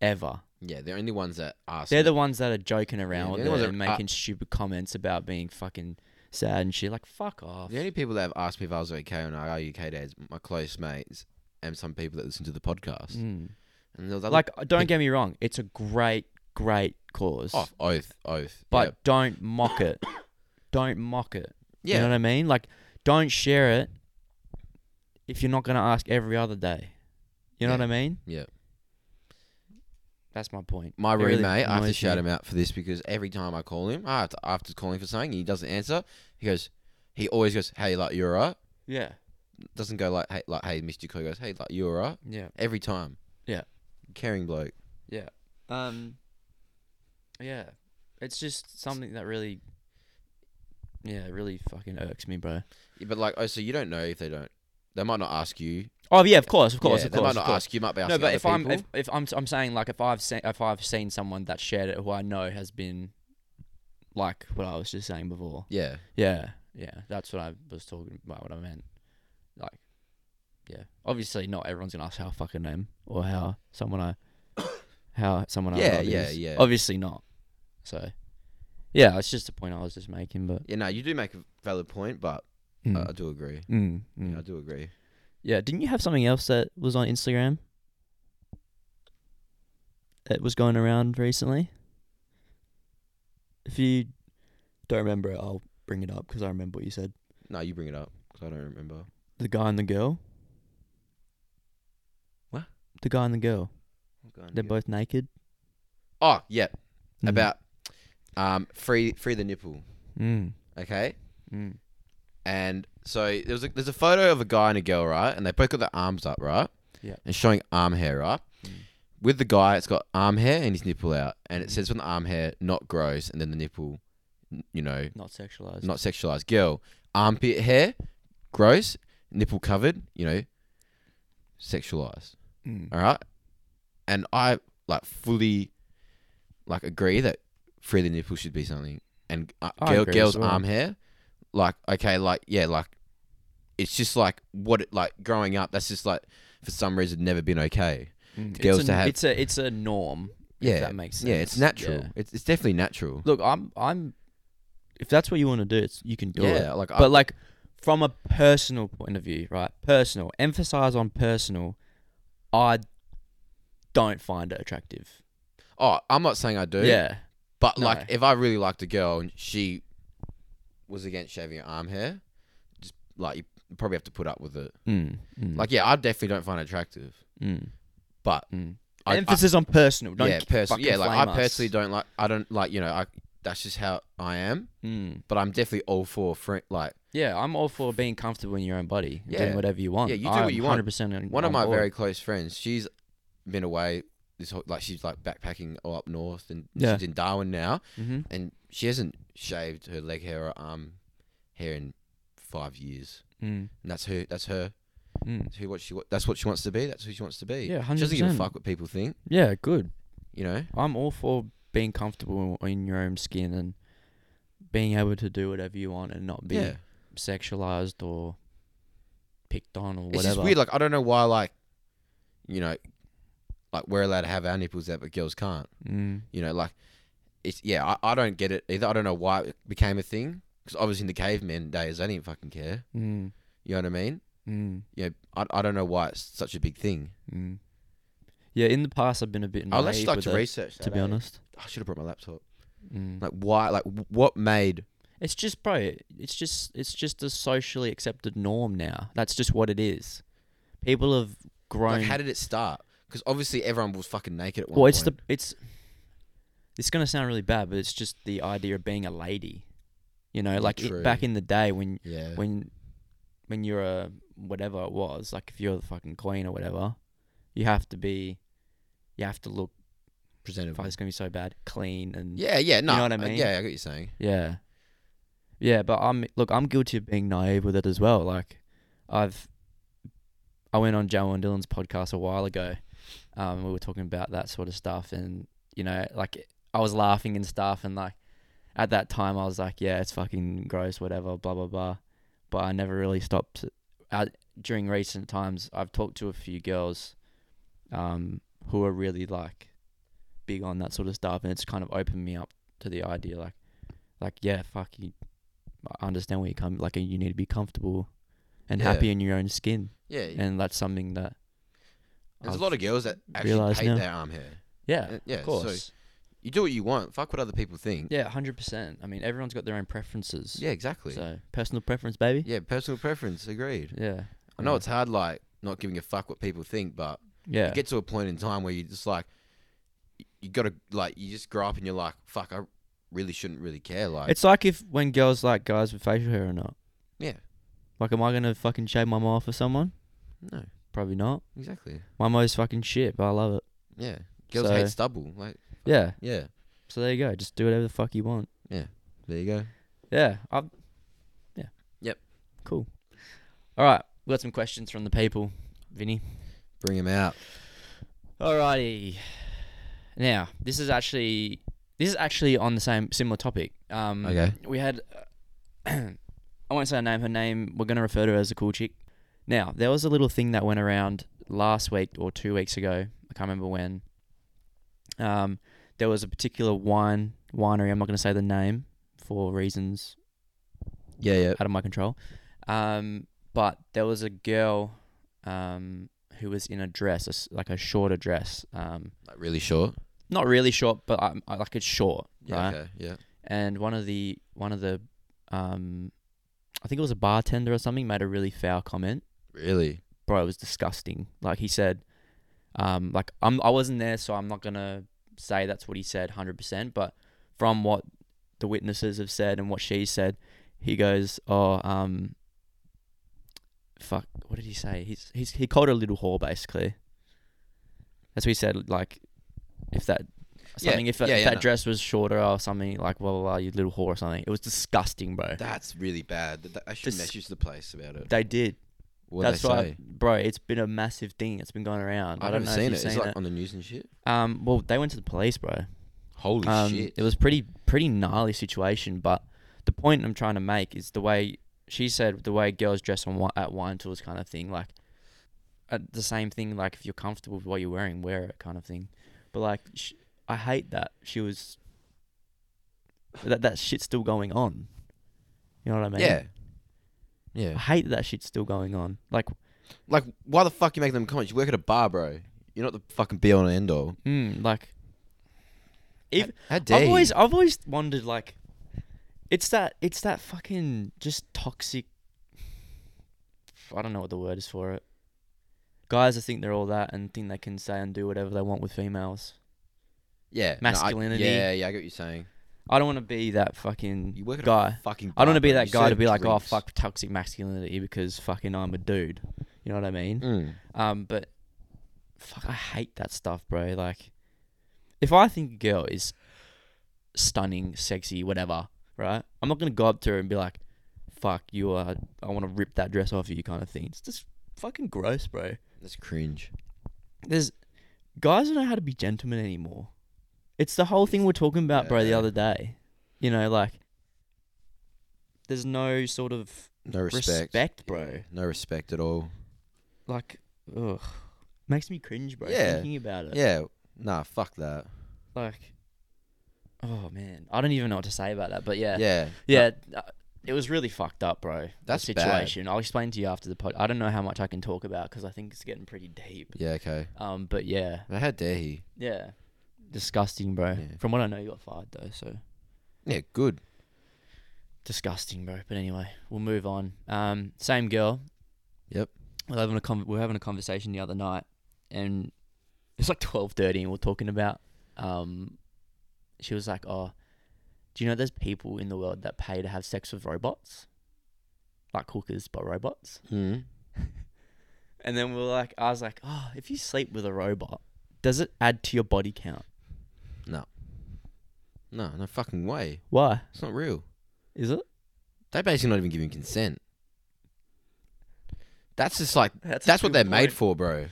D: ever.
C: Yeah, they're only ones that ask.
D: They're the ones that are joking around
C: Yeah,
D: with
C: they're the
D: it
C: ones
D: and
C: that are-
D: making stupid comments about being fucking sad and shit. Like, fuck off.
C: the only people that have asked me if I was okay on our UK days, my close mates and some people that listen to the podcast.
D: Mm.
C: And there was other-
D: Like, uh, don't
C: pick-
D: get me wrong, it's a great, great cause,
C: oh, oath, oath.
D: but don't mock it. don't mock it.
C: yeah,
D: You know
C: yeah.
D: what I mean? Like, don't share it if you're not going to ask every other day. You know
C: Yeah.
D: what I mean?
C: yeah.
D: That's my point.
C: My
D: It really
C: roommate, I have to
D: annoys
C: shout
D: me.
C: him out for this because every time I call him, I have to, after calling for something, he doesn't answer. He goes, he always goes, "Hey, like you're right."
D: Yeah.
C: Doesn't go like, "Hey, like hey, Mister Cole." He Goes, "Hey, like you're right."
D: Yeah.
C: Every time.
D: Yeah.
C: Caring bloke.
D: Yeah. Um, yeah. It's just something that really, yeah, it really fucking irks me, bro.
C: Yeah, but like, oh, so you don't know if they don't. They might not ask you.
D: Oh yeah, of course, of course,
C: Yeah,
D: of
C: They
D: course.
C: might
D: of
C: not
D: course.
C: ask you. Might be
D: no,
C: asking
D: but
C: other
D: if I'm
C: people.
D: if, if I'm I'm saying like if I've seen if I've seen someone that shared it who I know has been, like what I was just saying before.
C: yeah.
D: Yeah, yeah, that's what I was talking about. What I meant, like, yeah. Obviously, not everyone's gonna ask how I fucking am or how someone I, how someone I
C: Yeah,
D: love
C: yeah,
D: is.
C: yeah.
D: Obviously not. So, yeah, it's just a point I was just making, but
C: Yeah. No, you do make a valid point, but
D: mm,
C: I, I do agree.
D: mm, mm.
C: I do agree.
D: yeah. Didn't you have something else that was on Instagram? That was going around recently. If you don't remember it, I'll bring it up because I remember what you said.
C: No, you bring it up 'cause I don't remember.
D: The guy and the girl.
C: What?
D: The guy and the girl. They're both naked.
C: Oh, yeah.
D: Mm.
C: About um, free free the nipple.
D: Mm.
C: Okay.
D: Mm.
C: And so there was a, there's a photo of a guy and a girl, right? And they both got their arms up, right?
D: Yeah.
C: And showing arm hair, right?
D: Mm.
C: With the guy, it's got arm hair and his nipple out, and it says on the arm hair, not gross, and then the nipple, n- you know,
D: Mm. Not sexualized.
C: not sexualized. Girl, armpit hair, gross, nipple covered, you know, sexualized.
D: Mm.
C: All right. And I like fully like agree that free the nipple should be something. And uh,
D: I
C: girl,
D: agree
C: girls'
D: as well.
C: arm hair, like okay, like yeah, like it's just like what it like growing up. That's just like for some reason never been okay.
D: Mm.
C: girls
D: it's a,
C: to have-
D: It's a it's a norm.
C: Yeah,
D: If that makes sense.
C: yeah, it's natural.
D: Yeah.
C: It's it's definitely natural.
D: Look, I'm I'm. If that's what you want to do, it's you can do it.
C: yeah, like I,
D: But like from a personal point of view, right? Personal, emphasize on personal. I don't find it attractive.
C: oh, I'm not saying I do.
D: Yeah.
C: But
D: No.
C: like, if I really liked a girl and she was against shaving her arm hair, just like you probably have to put up with it.
D: Mm. Mm.
C: Like, yeah, I definitely don't find it attractive.
D: Mm.
C: But
D: Mm.
C: I- I-
D: Emphasis on personal. Don't
C: yeah, personally, yeah, like I personally
D: don't.
C: don't like. I don't like. You know, I that's just how I am.
D: Mm.
C: But I'm definitely all for friend. Like
D: Yeah, I'm all for being comfortable in your own body, and
C: Yeah.
D: doing whatever you want.
C: Yeah, you do
D: I'm
C: what you want.
D: 100% on-
C: one of
D: on
C: my
D: board.
C: very close friends, she's been away this whole like she's like backpacking all up north and
D: Yeah.
C: she's in Darwin now,
D: Mhm.
C: and she hasn't shaved her leg hair or arm hair in five years.
D: Mm.
C: And that's her. That's her.
D: Mm.
C: That's who what she. wa- That's what she wants to be. That's who she wants to be.
D: Yeah,
C: She doesn't give a
D: 100%.
C: fuck what people think.
D: Yeah, good.
C: You know.
D: I'm all for being comfortable in your own skin and being able to do whatever you want and not be
C: Yeah.
D: sexualized or picked on or whatever.
C: It's just weird. Like I don't know why. Like, you know, like we're allowed to have our nipples out, but girls can't.
D: mm.
C: You know, like it's yeah. I, I don't get it either. I don't know why it became a thing. Because obviously in the caveman days, they didn't fucking care.
D: Mm.
C: You know what I mean?
D: Mm.
C: You know, I, I don't know why it's such a big thing.
D: Mm. Yeah, in the past I've been a bit.
C: I
D: Naive
C: would actually like
D: with
C: to
D: it,
C: research that.
D: To be
C: eh?
D: honest,
C: I should have brought my laptop.
D: mm.
C: Like why? Like w- what made?
D: it's just bro. It's just it's just a socially accepted norm now. That's just what it is. People have grown.
C: Like how did it start? Because obviously everyone was fucking naked at one
D: well, it's the
C: point.
D: it's. It's gonna sound really bad, but it's just the idea of being a lady. You know, like it,
C: True.
D: back in the day when
C: the yeah.
D: when when you're a whatever it was, like if you're the fucking queen or whatever, you have to be, you have to look.
C: presentable.
D: Fuck, it's gonna be so bad. Clean and
C: Yeah, yeah, no,
D: know what I
C: uh,
D: mean?
C: Yeah, I get what you're saying.
D: Yeah. Yeah, but I'm look, I'm guilty of being naive with it as well. Like I've I went on Joe and Dylan's podcast a while ago. Um we were talking about that sort of stuff and you know, like I was laughing and stuff and like at that time I was like, yeah, it's fucking gross whatever, blah blah blah. But I never really stopped at, during recent times. I've talked to a few girls um who are really like big on that sort of stuff and it's kind of opened me up to the idea like like yeah fuck you i understand where you come like you need to be comfortable and
C: Yeah.
D: happy in your own skin
C: Yeah,
D: and that's something that
C: there's
D: I've-
C: a lot of girls that actually
D: realised
C: hate
D: now.
C: their arm hair.
D: yeah
C: Uh, yeah,
D: of
C: so-
D: course
C: You do what you want. Fuck what other people think.
D: yeah 100% i mean everyone's got their own preferences
C: Yeah, exactly.
D: so personal preference baby
C: Yeah, personal preference. Agreed.
D: yeah
C: I know
D: Yeah.
C: it's hard, like not giving a fuck what people think, but
D: yeah
C: you get to a point in time where you just like, y- you gotta like, you just grow up and you're like, fuck, I really shouldn't really care. Like,
D: it's like if when girls like guys with facial hair or not
C: yeah,
D: like am i gonna fucking shave my mom for someone
C: no,
D: probably not
C: exactly.
D: my mo's fucking shit but i love it
C: Yeah, girls
D: So-
C: hate stubble. Like,
D: yeah
C: yeah,
D: so there you go just do whatever the fuck you want
C: there you go.
D: Yeah. I'm, yeah.
C: Yep.
D: Cool. All right. We got some questions from the people, Vinny.
C: Bring him out.
D: Alrighty. Now, this is actually this is actually on the same similar topic. Um,
C: Okay.
D: We had I won't say her name. Her name we're gonna refer to her as a cool chick. Now, there was a little thing that went around last week or two weeks ago. I can't remember when. Um, there was a particular wine winery. I'm not gonna say the name for reasons
C: Yeah, yeah.
D: out of my control. Um, but there was a girl um, who was in a dress, a s like a shorter dress. Um,
C: Like really short.
D: not really short, but um, I- like it's short,
C: Yeah,
D: right?
C: okay, yeah.
D: And one of the one of the, um, I think it was a bartender or something, made a really foul comment.
C: Really.
D: Bro, it was disgusting. Like he said, um, like I'm I wasn't there, so I'm not gonna say that's what he said 100%. But from what the witnesses have said and what she said, he goes, "Oh, um, fuck, what did he say? He's he's he called her a little whore, basically. That's what he said. Like, if that
C: Yeah,
D: something, if that,
C: yeah,
D: if
C: yeah,
D: that
C: no.
D: dress was shorter or something, like blah blah blah, you little whore or something. It was disgusting, bro.
C: That's really bad. Th- th- I should
D: Dis-
C: message the place about it.
D: they did.
C: What
D: That's
C: they
D: why,
C: say.
D: bro. It's been a massive thing. It's been going around. I
C: I've never
D: don't know
C: seen
D: if
C: it.
D: you've
C: It's
D: seen
C: like
D: it.
C: on the news and shit.
D: Um, well, they went to the police, bro.
C: Holy
D: Um,
C: shit!
D: It was pretty pretty gnarly situation, but the point I'm trying to make is the way she said the way girls dress on wi- at wine tours kind of thing, like uh, the same thing. Like if you're comfortable with what you're wearing, wear it kind of thing. But like, sh- I hate that she was that that shit's still going on. You know what I mean?
C: yeah,
D: I
C: yeah.
D: hate that shit's still going on. Like,
C: Like, why the fuck you making them comments? You work at a bar, bro. You're not the fucking be all and end all.
D: mm, like if
C: How dare
D: I've
C: you?
D: always I've always wondered like it's that it's that fucking just toxic I don't know what the word is for it. Guys I think they're all that and think they can say and do whatever they want with females.
C: yeah, no, I-
D: masculinity.
C: yeah, yeah. I get what you're saying.
D: I don't want to be that fucking
C: You work at
D: guy.
C: a fucking.
D: I
C: bar,
D: don't want to be
C: bro.
D: that
C: You
D: guy to
C: serve
D: be like, oh
C: drinks."
D: fuck toxic masculinity because fucking I'm a dude. You know what I mean?
C: Mm.
D: Um, but fuck, I hate that stuff, bro. Like, if I think a girl is stunning, sexy, whatever, right? I'm not gonna go up to her and be like, "Fuck, you are." I want to rip that dress off you, kind of thing. It's just fucking gross, bro.
C: That's cringe.
D: There's guys don't know how to be gentlemen anymore. It's the whole thing we're talking about, bro. The
C: Yeah.
D: other day, you know, like, there's no sort of
C: No respect.
D: respect bro.
C: No respect at all.
D: Like, ugh, makes me cringe, bro.
C: Yeah.
D: Thinking about it.
C: Yeah. Nah, fuck that.
D: like oh man i don't even know what to say about that but yeah
C: Yeah.
D: yeah uh, it was really fucked up, bro. the
C: That's bad.
D: situation. I'll explain to you after the pod. I don't know how much I can talk about because I think it's getting pretty deep.
C: Yeah, okay.
D: Um, but yeah,
C: Now, how dare he?
D: yeah, disgusting, bro.
C: Yeah.
D: From what I know, you got fired though, so
C: Yeah, good.
D: disgusting, bro. But anyway, we'll move on. Um, same girl.
C: Yep.
D: We We're having a con- we we're having a conversation the other night, and it's like twelve thirty, and we're talking about. Um, she was like, "Oh, do you know there's people in the world that pay to have sex with robots, like hookers, but robots?"
C: Hmm.
D: And then we we're like, I was like, "Oh, if you sleep with a robot, does it add to your body count?
C: No, no fucking way.
D: Why
C: It's not real.
D: is it?"
C: They're basically not even giving consent. That's just like
D: That's,
C: that's what they're made for, bro.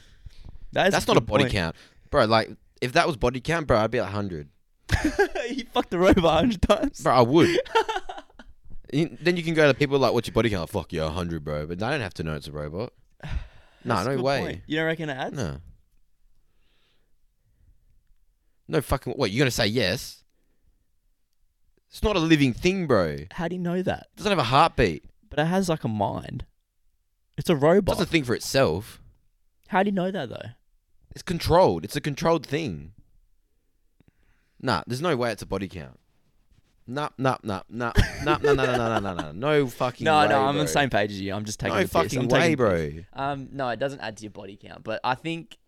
D: That is
C: That's not a
D: good
C: body
D: point.
C: count, bro. Like if that was body count, bro, I'd be at hundred,
D: you fucked the robot a hundred times.
C: bro. I would. You- then you can go to people like, "What's your body count?" Fuck yeah, hundred, bro. But I don't have to know it's a robot. no,
D: That's a
C: no
D: good
C: way.
D: point. You don't reckon it adds?
C: No. No fucking. What you're gonna say? Yes. It's not a living thing, bro. It
D: How do you know that?
C: doesn't have a heartbeat.
D: But it has like a mind. It's a
C: It
D: robot.
C: doesn't think for itself.
D: How do you know that though?
C: It's controlled. It's a controlled thing. Nah, there's no way it's a body count. Nah, nah, nah, nah, nah, nah, nah, nah, nah, nah, nah, nah. No fucking
D: No,
C: way,
D: no, I'm
C: bro.
D: on the same page as you. I'm just taking
C: No
D: the piss.
C: fucking
D: I'm
C: way,
D: taking-
C: bro.
D: Um, no, it doesn't add to your body count, but I think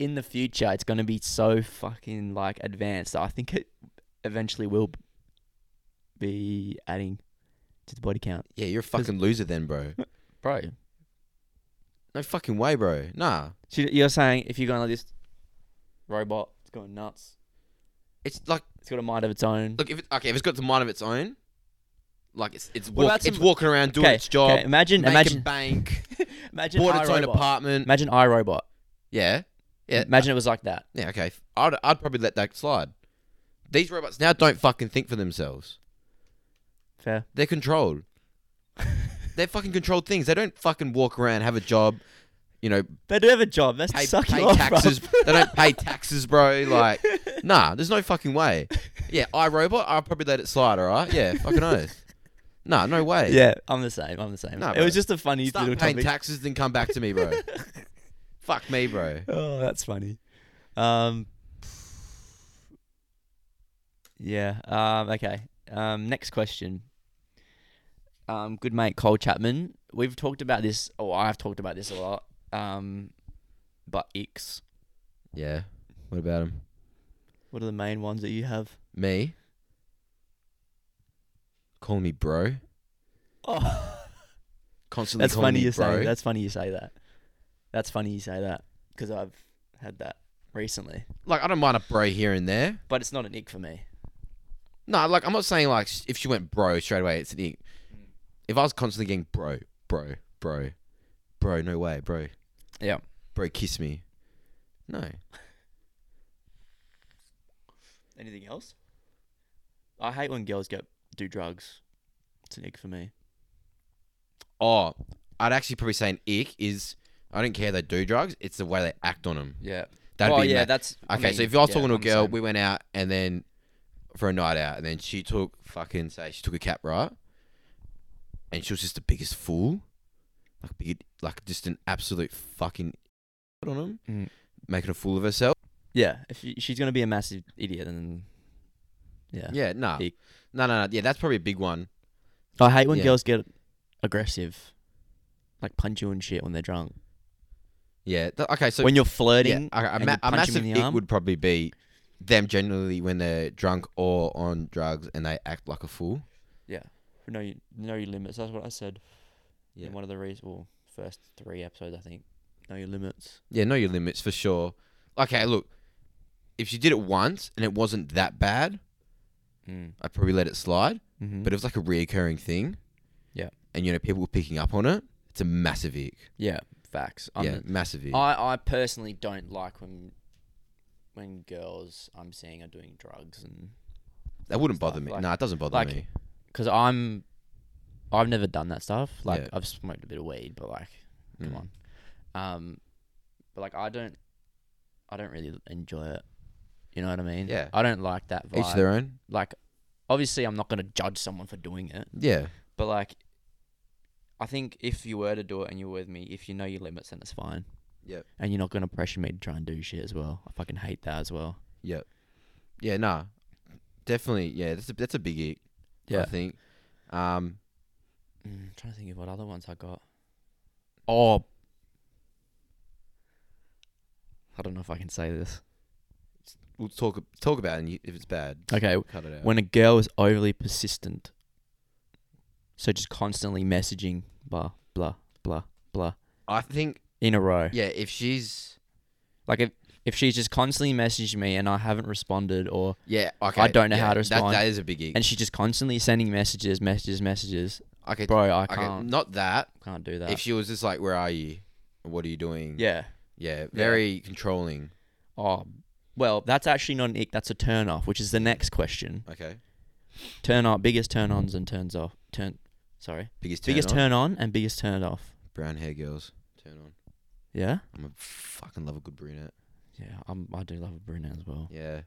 D: in the future it's going to be so fucking like advanced. that I think it eventually will be adding to the body count,
C: Yeah, you're a fucking loser then, bro.
D: bro.
C: No fucking way, bro. Nah.
D: So you're saying if you're going like this robot, it's going nuts.
C: It's like,
D: It's got a mind of its own.
C: look, if it, okay, if it's got the mind of its own, like it's it's
D: What
C: walk,
D: about
C: it's
D: some-
C: walking around doing
D: Okay,
C: its job,
D: okay, imagine,
C: making
D: imagine,
C: bank,
D: imagine,
C: bought its own
D: iRobot.
C: apartment.
D: Imagine iRobot.
C: yeah, yeah,
D: Imagine it was like that.
C: yeah. Okay, I'd I'd probably let that slide. These robots now don't fucking think for themselves.
D: Fair.
C: They're controlled. They're fucking controlled things. They don't fucking walk around, have a job, you know,
D: They do have a job. That's
C: pay,
D: suck
C: pay
D: you off, bro.
C: taxes. they don't pay taxes, bro. Like, nah, there's no fucking way. Yeah, iRobot, I'll probably let it slide, all right? Yeah, fucking oath. Nah, no way.
D: Yeah, I'm the same. I'm the same.
C: Nah,
D: it was
C: bro.
D: just a funny
C: Start
D: little
C: paying
D: topic.
C: taxes, then come back to me, bro. Fuck me, bro.
D: oh, that's funny. Um, yeah. Um, okay. Um, next question. Um, good mate Cole Chapman. We've talked about this. Oh, I've talked about this a lot. Um, but icks.
C: Yeah. What about him?
D: What are the main ones that you have?
C: Me? Call me bro.
D: Oh,
C: Constantly
D: that's
C: calling
D: funny
C: me
D: you
C: bro.
D: say. That's funny you say that. That's funny you say that because I've had that recently.
C: like, I don't mind a bro here and there.
D: But it's not an ick for me.
C: No, like I'm not saying like s- if she went bro straight away, it's an ick. If I was constantly getting bro, bro, bro, bro, no way, bro.
D: Yeah.
C: Bro, kiss me. No.
D: Anything else? I hate when girls get do drugs. It's an ick for me.
C: Oh, I'd actually probably say an ick is I don't care they do drugs. It's the way they act on them.
D: Yeah.
C: That'd
D: well,
C: be
D: Oh, yeah,
C: ma-
D: that's
C: okay. so if I was talking to a girl, we went out and then for a night out, and then she took fucking say she took a cap right, and she was just the biggest fool, like big, like just an absolute fucking on him,
D: Mm.
C: making a fool of herself.
D: yeah, if you, she's gonna be a massive idiot, then yeah.
C: Yeah, no,
D: Ick.
C: no, no, no. Yeah, that's probably a big one.
D: I hate when
C: Yeah.
D: girls get aggressive, like punch you and shit when they're drunk.
C: Yeah. th- okay, so
D: when you're
C: yeah,
D: flirting,
C: okay, a,
D: and
C: ma-
D: you
C: a
D: punch 'em
C: massive
D: in the
C: ick
D: arm.
C: would probably be them generally when they're drunk or on drugs and they act like a fool.
D: know you know your limits. That's what I said
C: Yeah.
D: in one of the reasons. Well, first three episodes, I think. Know your limits.
C: Yeah, know your limits for sure. Okay, look, if she did it once and it wasn't that bad,
D: Mm.
C: I'd probably let it slide.
D: Mm-hmm.
C: But it was like a reoccurring thing.
D: Yeah.
C: And you know, people were picking up on it. It's a massive ick.
D: yeah, facts. I'm
C: yeah, massive ick.
D: I, I personally don't like when when girls I'm seeing are doing drugs
C: Mm.
D: and
C: that wouldn't bother
D: stuff
C: me.
D: like-
C: nah, it doesn't bother
D: like-
C: me.
D: because I'm I've never done that stuff. Like
C: Yeah.
D: I've smoked a bit of weed, but like come
C: Mm.
D: on, um, but like I don't I don't really enjoy it. You know what I mean?
C: Yeah.
D: I don't like that vibe.
C: Each their own.
D: Like obviously I'm not gonna judge someone for doing it,
C: Yeah.
D: But like, I think if you were to do it and you're with me, if you know your limits, then it's fine.
C: Yep.
D: And you're not gonna pressure me to try and do shit as well. I fucking hate that as well.
C: Yeah, nah. Definitely, yeah, that's a that's a big ick, I think. Um
D: Mm, I'm trying to think of what other ones I got.
C: Oh
D: I don't know if I can say this.
C: we'll talk talk about it and you, if it's bad.
D: Okay.
C: Cut it out.
D: When a girl is overly persistent, so just constantly messaging, blah blah blah blah,
C: I think
D: in a row.
C: yeah, if she's
D: Like if if she's just constantly messaging me and I haven't responded, or
C: yeah, okay.
D: don't know
C: yeah,
D: how to respond.
C: That, that is a big ick.
D: and she's just constantly sending messages, messages, messages,
C: okay,
D: bro, I
C: okay,
D: can't
C: not that.
D: can't do that.
C: If she was just like, "Where are you? What are you doing?"
D: yeah.
C: yeah, very controlling.
D: Oh, well, that's actually not an ick. That's a turn off, which is the next question.
C: Okay,
D: Turn off, biggest turn ons and turns off. Turn, sorry,
C: biggest turn
D: biggest
C: on?
D: turn on and biggest turn off.
C: brown hair girls turn on.
D: Yeah.
C: I'm a fucking love a good brunette.
D: Yeah, I'm, I do love a brunette as well.
C: Yeah,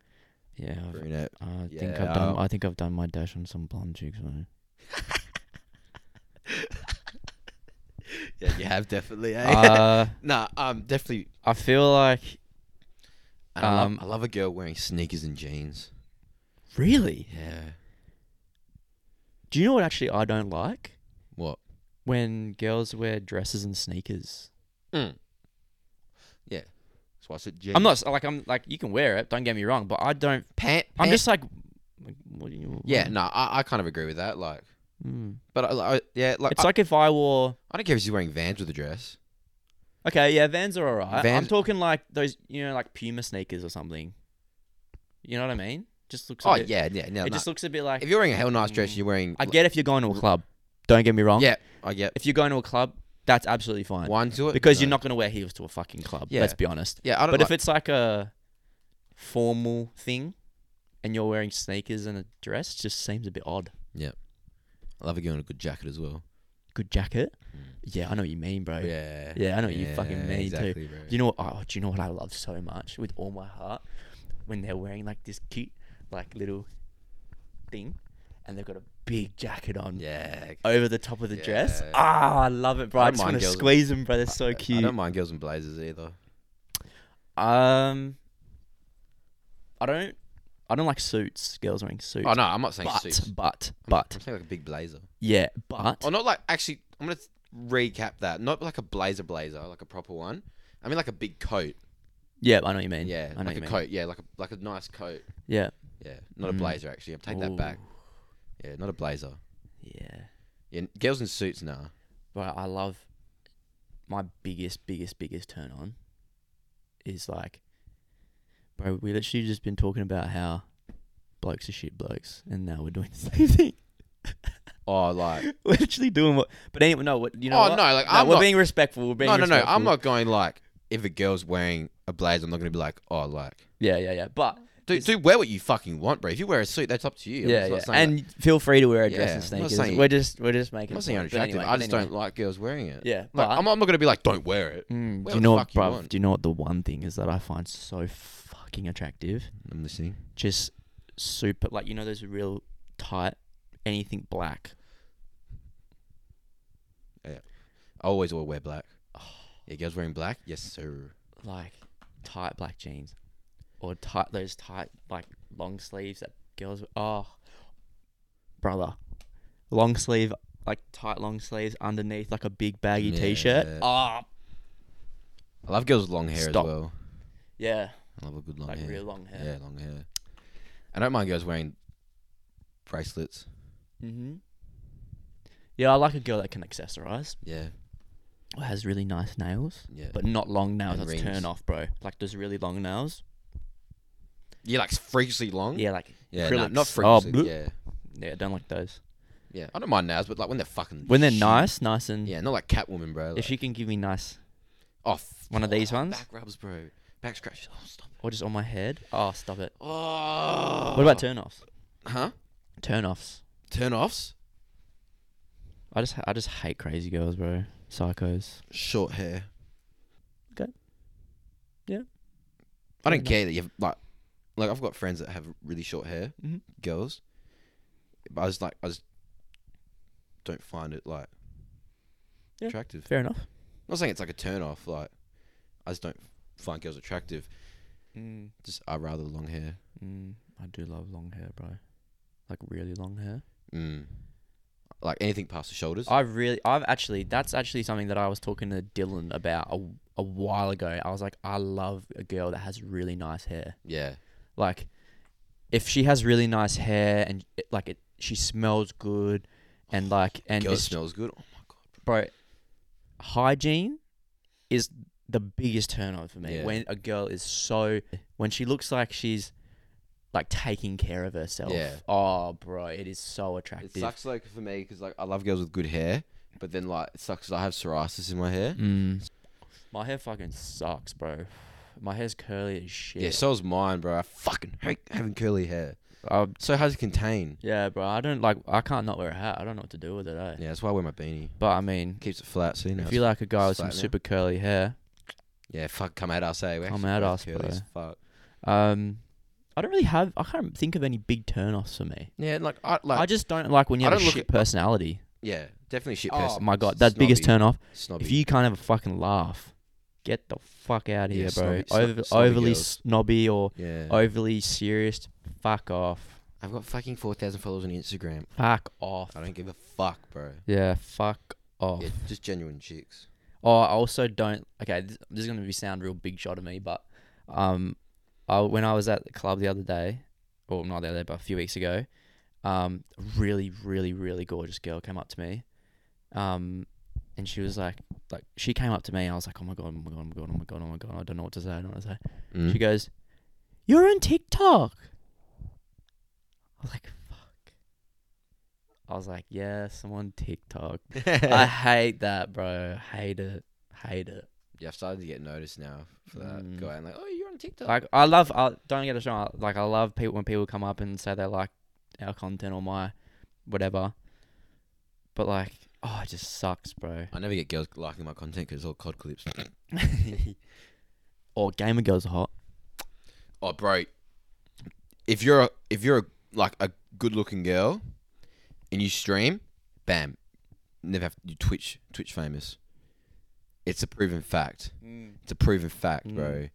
D: Yeah, I've,
C: brunette.
D: I
C: Yeah,
D: think I've
C: uh,
D: done. I think I've done my dash on some blonde chicks, man.
C: Yeah, you have definitely. Eh?
D: uh,
C: nah, um, definitely.
D: I feel like
C: And I,
D: Um,
C: love, I love a girl wearing sneakers and jeans.
D: really.
C: Yeah.
D: Do you know what actually I don't like
C: What?
D: when girls wear dresses and sneakers.
C: Yeah. That's why I said jeans.
D: I'm not s- like I'm like you can wear it. Don't get me wrong, but I don't.
C: pant.
D: I'm
C: pant-
D: just like, like, what do you?
C: Yeah, no, I, I kind of agree with that. Like,
D: Mm.
C: but I, I yeah, like,
D: It's
C: I,
D: like if I wore.
C: I don't care if she's wearing Vans with a dress.
D: Okay, yeah, Vans are alright. I'm
C: Vans-
D: talking like those, you know, like Puma sneakers or something. You know what I mean? Just looks. A
C: Oh
D: bit,
C: yeah, yeah, no, no.
D: It just looks a bit like.
C: If you're wearing a hell nice dress, and you're wearing.
D: I get if you're going to a club. Don't get me wrong.
C: Yeah, Mm. I get.
D: If you're going to a club, that's absolutely fine.
C: One to it
D: Because
C: No.
D: you're not going to wear heels to a fucking club.
C: Yeah.
D: Let's be honest.
C: Yeah, I don't.
D: But
C: like,
D: if it's like a formal thing, and you're wearing sneakers and a dress, just seems a bit odd.
C: I love a girl in a good jacket as well.
D: Good jacket. Yeah, I know what you mean, bro.
C: Mm. Oh, Yeah.
D: Yeah, I know what you fucking mean, too.
C: exactly, Bro.
D: Do you know what? Oh, do you know what I love so much with all my heart? When they're wearing like this cute, like little thing, and they've got a big jacket on
C: yeah.
D: over the top of the dress.
C: Yeah.
D: Ah, I love it, bro.
C: I
D: I,
C: don't
D: just want
C: mind
D: to
C: girls-
D: squeeze them, bro. They're so
C: I
D: cute.
C: don't mind girls in blazers either.
D: um, I don't, I don't like suits. Girls wearing suits.
C: Oh no, I'm not saying
D: but,
C: suits.
D: but,
C: I'm Oh,
D: but,
C: saying like a big blazer.
D: yeah, but.
C: Or not like actually. I'm gonna recap that. Not like a blazer, blazer, like a proper one. I mean like a big coat.
D: Yeah, I know what you mean.
C: Yeah,
D: I
C: like
D: know what
C: a
D: you mean.
C: coat. Yeah, like a like a nice coat.
D: Yeah,
C: Yeah, not a
D: Mm.
C: blazer actually. I'm taking that back.
D: Ooh.
C: Yeah, not a blazer.
D: Yeah.
C: Yeah, n- girls in suits, nah.
D: But I love my biggest, biggest, biggest turn on is like, bro, we literally just been talking about how blokes are shit blokes, and now we're doing the same thing.
C: Oh, like
D: we're literally doing what, but anyway, no, what you know?
C: Oh,
D: what?
C: no, like, I'm
D: we're
C: not-
D: being respectful. We're being
C: no, no, no.
D: respectful.
C: I'm not going like if a girl's wearing a blazer, I'm not gonna be like, oh, like,
D: Yeah, yeah, yeah. But
C: dude, dude, wear what you fucking want, bro. If you wear a suit, that's up to you. I'm
D: yeah,
C: just not
D: yeah.
C: saying, like-
D: and feel free to wear a dress
C: Yeah,
D: and
C: I'm not
D: sneakers.
C: saying-
D: we're just, we're just making.
C: I'm
D: a
C: not saying
D: point. But
C: unattractive.
D: anyway,
C: I just
D: but anyway.
C: don't like girls wearing it.
D: Yeah,
C: Like,
D: but
C: I'm, I'm not gonna be like, don't wear it.
D: Mm,
C: Wear
D: do you
C: the
D: know what,
C: fuck you
D: bruv?
C: want.
D: Do you know what the one thing is that I find so fucking attractive?
C: I'm listening.
D: just super like you know those real tight anything black
C: I always will wear black. Yeah, girls wearing black. Yes, sir.
D: like tight black jeans or tight those tight like long sleeves that girls oh brother long sleeve like tight long sleeves underneath like a big baggy
C: Yeah.
D: t-shirt oh
C: I love girls with long hair
D: Stop.
C: as well.
D: yeah
C: I love a good long
D: like
C: hair.
D: real long hair
C: Oh, Yeah, long hair. I don't mind girls wearing bracelets.
D: mm-hmm yeah I like a girl that can accessorize
C: Yeah,
D: or has really nice nails
C: yeah.
D: but not long nails
C: And
D: that's turn
C: rings.
D: off bro like those really long nails
C: you like freakishly long.
D: yeah like
C: Hmm. yeah, nah, not
D: acrylics. Oh,
C: freakishly.
D: bleh.
C: yeah,
D: yeah don't like those
C: yeah. I don't mind nails, but like when they're fucking.
D: When they're
C: shit.
D: nice, nice and
C: Yeah, not like Catwoman, bro.
D: if
C: Like,
D: she can give me nice
C: oh, f-
D: one of these
C: oh,
D: ones
C: Back rubs, bro. Back scratches. Oh, stop. it.
D: or just on my head, oh stop it.
C: Oh.
D: What about turn offs?
C: Huh?
D: Turn offs.
C: Turn offs?
D: I just I just hate crazy girls, bro. Psychos.
C: Short hair.
D: Okay. Yeah.
C: I don't
D: enough.
C: care that you've like, like I've got friends that
D: Mm-hmm.
C: have really short hair,
D: Mhm.
C: girls. But I was like, I was don't find it like
D: Yeah.
C: attractive.
D: Fair enough.
C: I'm not saying it's like a turn off. Like I just don't find girls attractive.
D: Mm.
C: Just I rather long hair.
D: Mm, I do love long hair, bro. Like really long hair.
C: Mm. Like anything past the shoulders.
D: I really, I've actually, that's actually something that I was talking to Dylan about a, a while ago. I was like, I love a girl that has really nice hair.
C: yeah.
D: Like, if she has really nice hair and it, like it, she smells good, and like, and
C: Girl that
D: it's-
C: smells good. Oh my god.
D: bro, hygiene is the biggest turn on for me.
C: Yeah.
D: When a girl is so, when she looks like she's like taking care of herself.
C: Yeah.
D: Oh, bro, it is so
C: It
D: attractive.
C: sucks like for me because like I love girls with good hair, but then like it sucks 'cause I have psoriasis in my hair.
D: Mm. My hair fucking sucks, bro. My hair's curly as shit.
C: Yeah, so's mine, bro. I fucking hate having curly hair.
D: I,
C: So hard to contain.
D: yeah, bro. I don't like. I can't not wear a hat. I don't know what to do with it. Eh?
C: Yeah, that's why I wear my beanie.
D: But I mean,
C: Keeps it flat, so you know.
D: if you like a guy with some
C: flat now.
D: super curly hair,
C: yeah, fuck, come at us, eh? We're
D: Come
C: actually
D: at
C: both
D: us,
C: curly
D: bro.
C: as Fuck.
D: um, I don't really have. I can't think of any big turnoffs for me.
C: Yeah, like I like.
D: I just don't like when you
C: I
D: have a
C: don't look
D: shit
C: at-
D: personality.
C: yeah, definitely shit.
D: Oh
C: person.
D: my god,
C: S-
D: that's biggest
C: snobby.
D: turn off.
C: Snobby.
D: If you can't have a fucking laugh, get the fuck out of
C: Yeah,
D: here, bro.
C: snobby- snob-
D: Over,
C: snobby
D: overly
C: girls.
D: snobby or
C: yeah,
D: overly serious, fuck off.
C: I've got fucking four thousand followers on Instagram.
D: Fuck off.
C: I don't give a fuck, bro.
D: Yeah, fuck off.
C: Yeah, just genuine chicks.
D: Oh, I also don't. Okay, this, this is gonna be sound real big shot of me, but um, I, when I was at the club the other day, or not the other day, but a few weeks ago, um, a really, really, really gorgeous girl came up to me, um, and she was like, like she came up to me, and I was like, oh my god, oh my god, oh my god, oh my god, oh my god, I don't know what to say, I don't know what to say.
C: Mm.
D: She goes, "You're on TikTok." I was like, "Fuck." I was like, "Yes, I'm on TikTok." I hate that, bro. Hate it. Hate it.
C: yeah, I've started to get noticed now for that.
D: Mm.
C: Go out and like, oh, you're on TikTok.
D: Like, I love. I don't get us wrong. I- Like, I love people when people come up and say they like our content or my whatever. But like, oh, it just sucks, bro.
C: I never get girls liking my content because it's all cod clips.
D: or gamer girls are hot.
C: oh, bro, if you're a, if you're a, like a good looking girl, and you stream, bam, never have you Twitch Twitch famous. It's a proven fact. It's a proven fact,
D: Mm.
C: bro.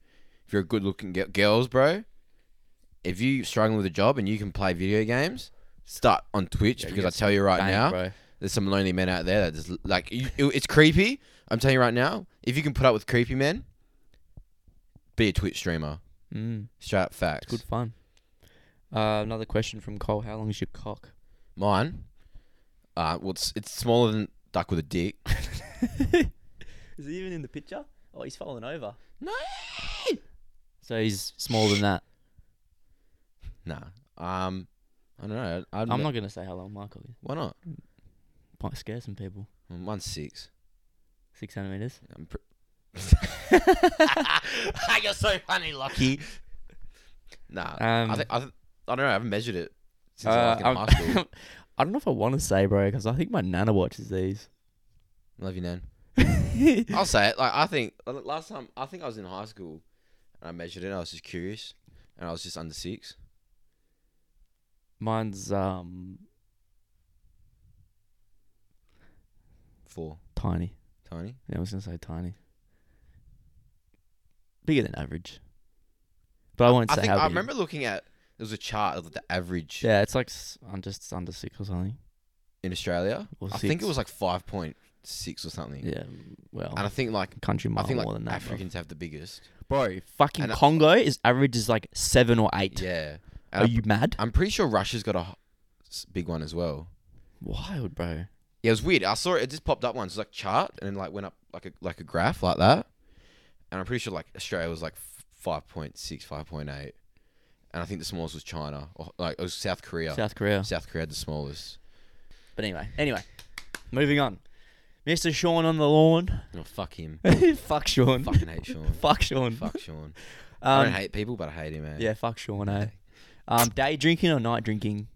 C: If you're a good looking girl, girls, bro, if you struggling with a job and you can play video games, start on Twitch
D: Yeah, you
C: because I
D: get
C: tell you right
D: Bang,
C: now,
D: bro.
C: there's some lonely men out there that just like you, it- it's creepy. I'm telling you right now, if you can put up with creepy men, be a Twitch streamer.
D: Mm.
C: Straight up facts.
D: Good fun. Uh, another question from Cole. How long is your cock?
C: Mine, uh, well, it's, it's smaller than duck with a dick.
D: Is he even in the picture? Oh, he's falling over.
C: No.
D: So he's smaller than that.
C: Nah. Um, I don't know. I,
D: I'm not going to say how long Michael is.
C: Why not?
D: Might scare some people.
C: Mine's six.
D: Six centimeters.
C: I'm pr- You're so funny, Lucky. Nah,
D: Um, uh,
C: I, think, I, th- I don't know. I haven't measured it since I was like, in
D: I'm-
C: high school.
D: I don't know if I want to say, bro, because I think my nana watches these.
C: Love you, Nan. I'll say it. Like I think like, last time I think I was in high school and I measured it. I was just curious, and I was just under six.
D: Mine's um
C: Four,
D: tiny.
C: tiny.
D: Yeah, I was going to say tiny. Bigger than average. But I won't
C: I
D: say
C: think
D: how
C: I
D: big.
C: remember looking at there was a chart of the average
D: Yeah, it's like s- I'm just under six or something.
C: in Australia.
D: Or
C: I think it
D: six.
C: was like five point six or something.
D: Yeah, well,
C: And I think like
D: country
C: I
D: mile
C: think
D: more
C: like
D: than that. bro.
C: Africans have the biggest.
D: Bro, fucking
C: And I-
D: Congo is average is like seven or eight.
C: Yeah. And
D: Are
C: I'm-
D: you mad?
C: I'm pretty sure Russia's got a h- s- big one as well.
D: Wild, bro.
C: Yeah, it was weird. I saw it. It just popped up once. It was like chart and like went up like a like a graph like that. And I'm pretty sure like Australia was like f- 5.6, 5.8. and I think the smallest was China or like it was South Korea. South,
D: South Korea.
C: Korea had the smallest.
D: But anyway, anyway, moving on. Mr. Sean on the lawn.
C: Oh, fuck him.
D: fuck Sean.
C: Fucking hate Sean.
D: Fuck Sean.
C: fuck Sean. I don't
D: Um,
C: hate people, but I hate him, man.
D: yeah, fuck Sean. Eh? Um, day drinking or night drinking?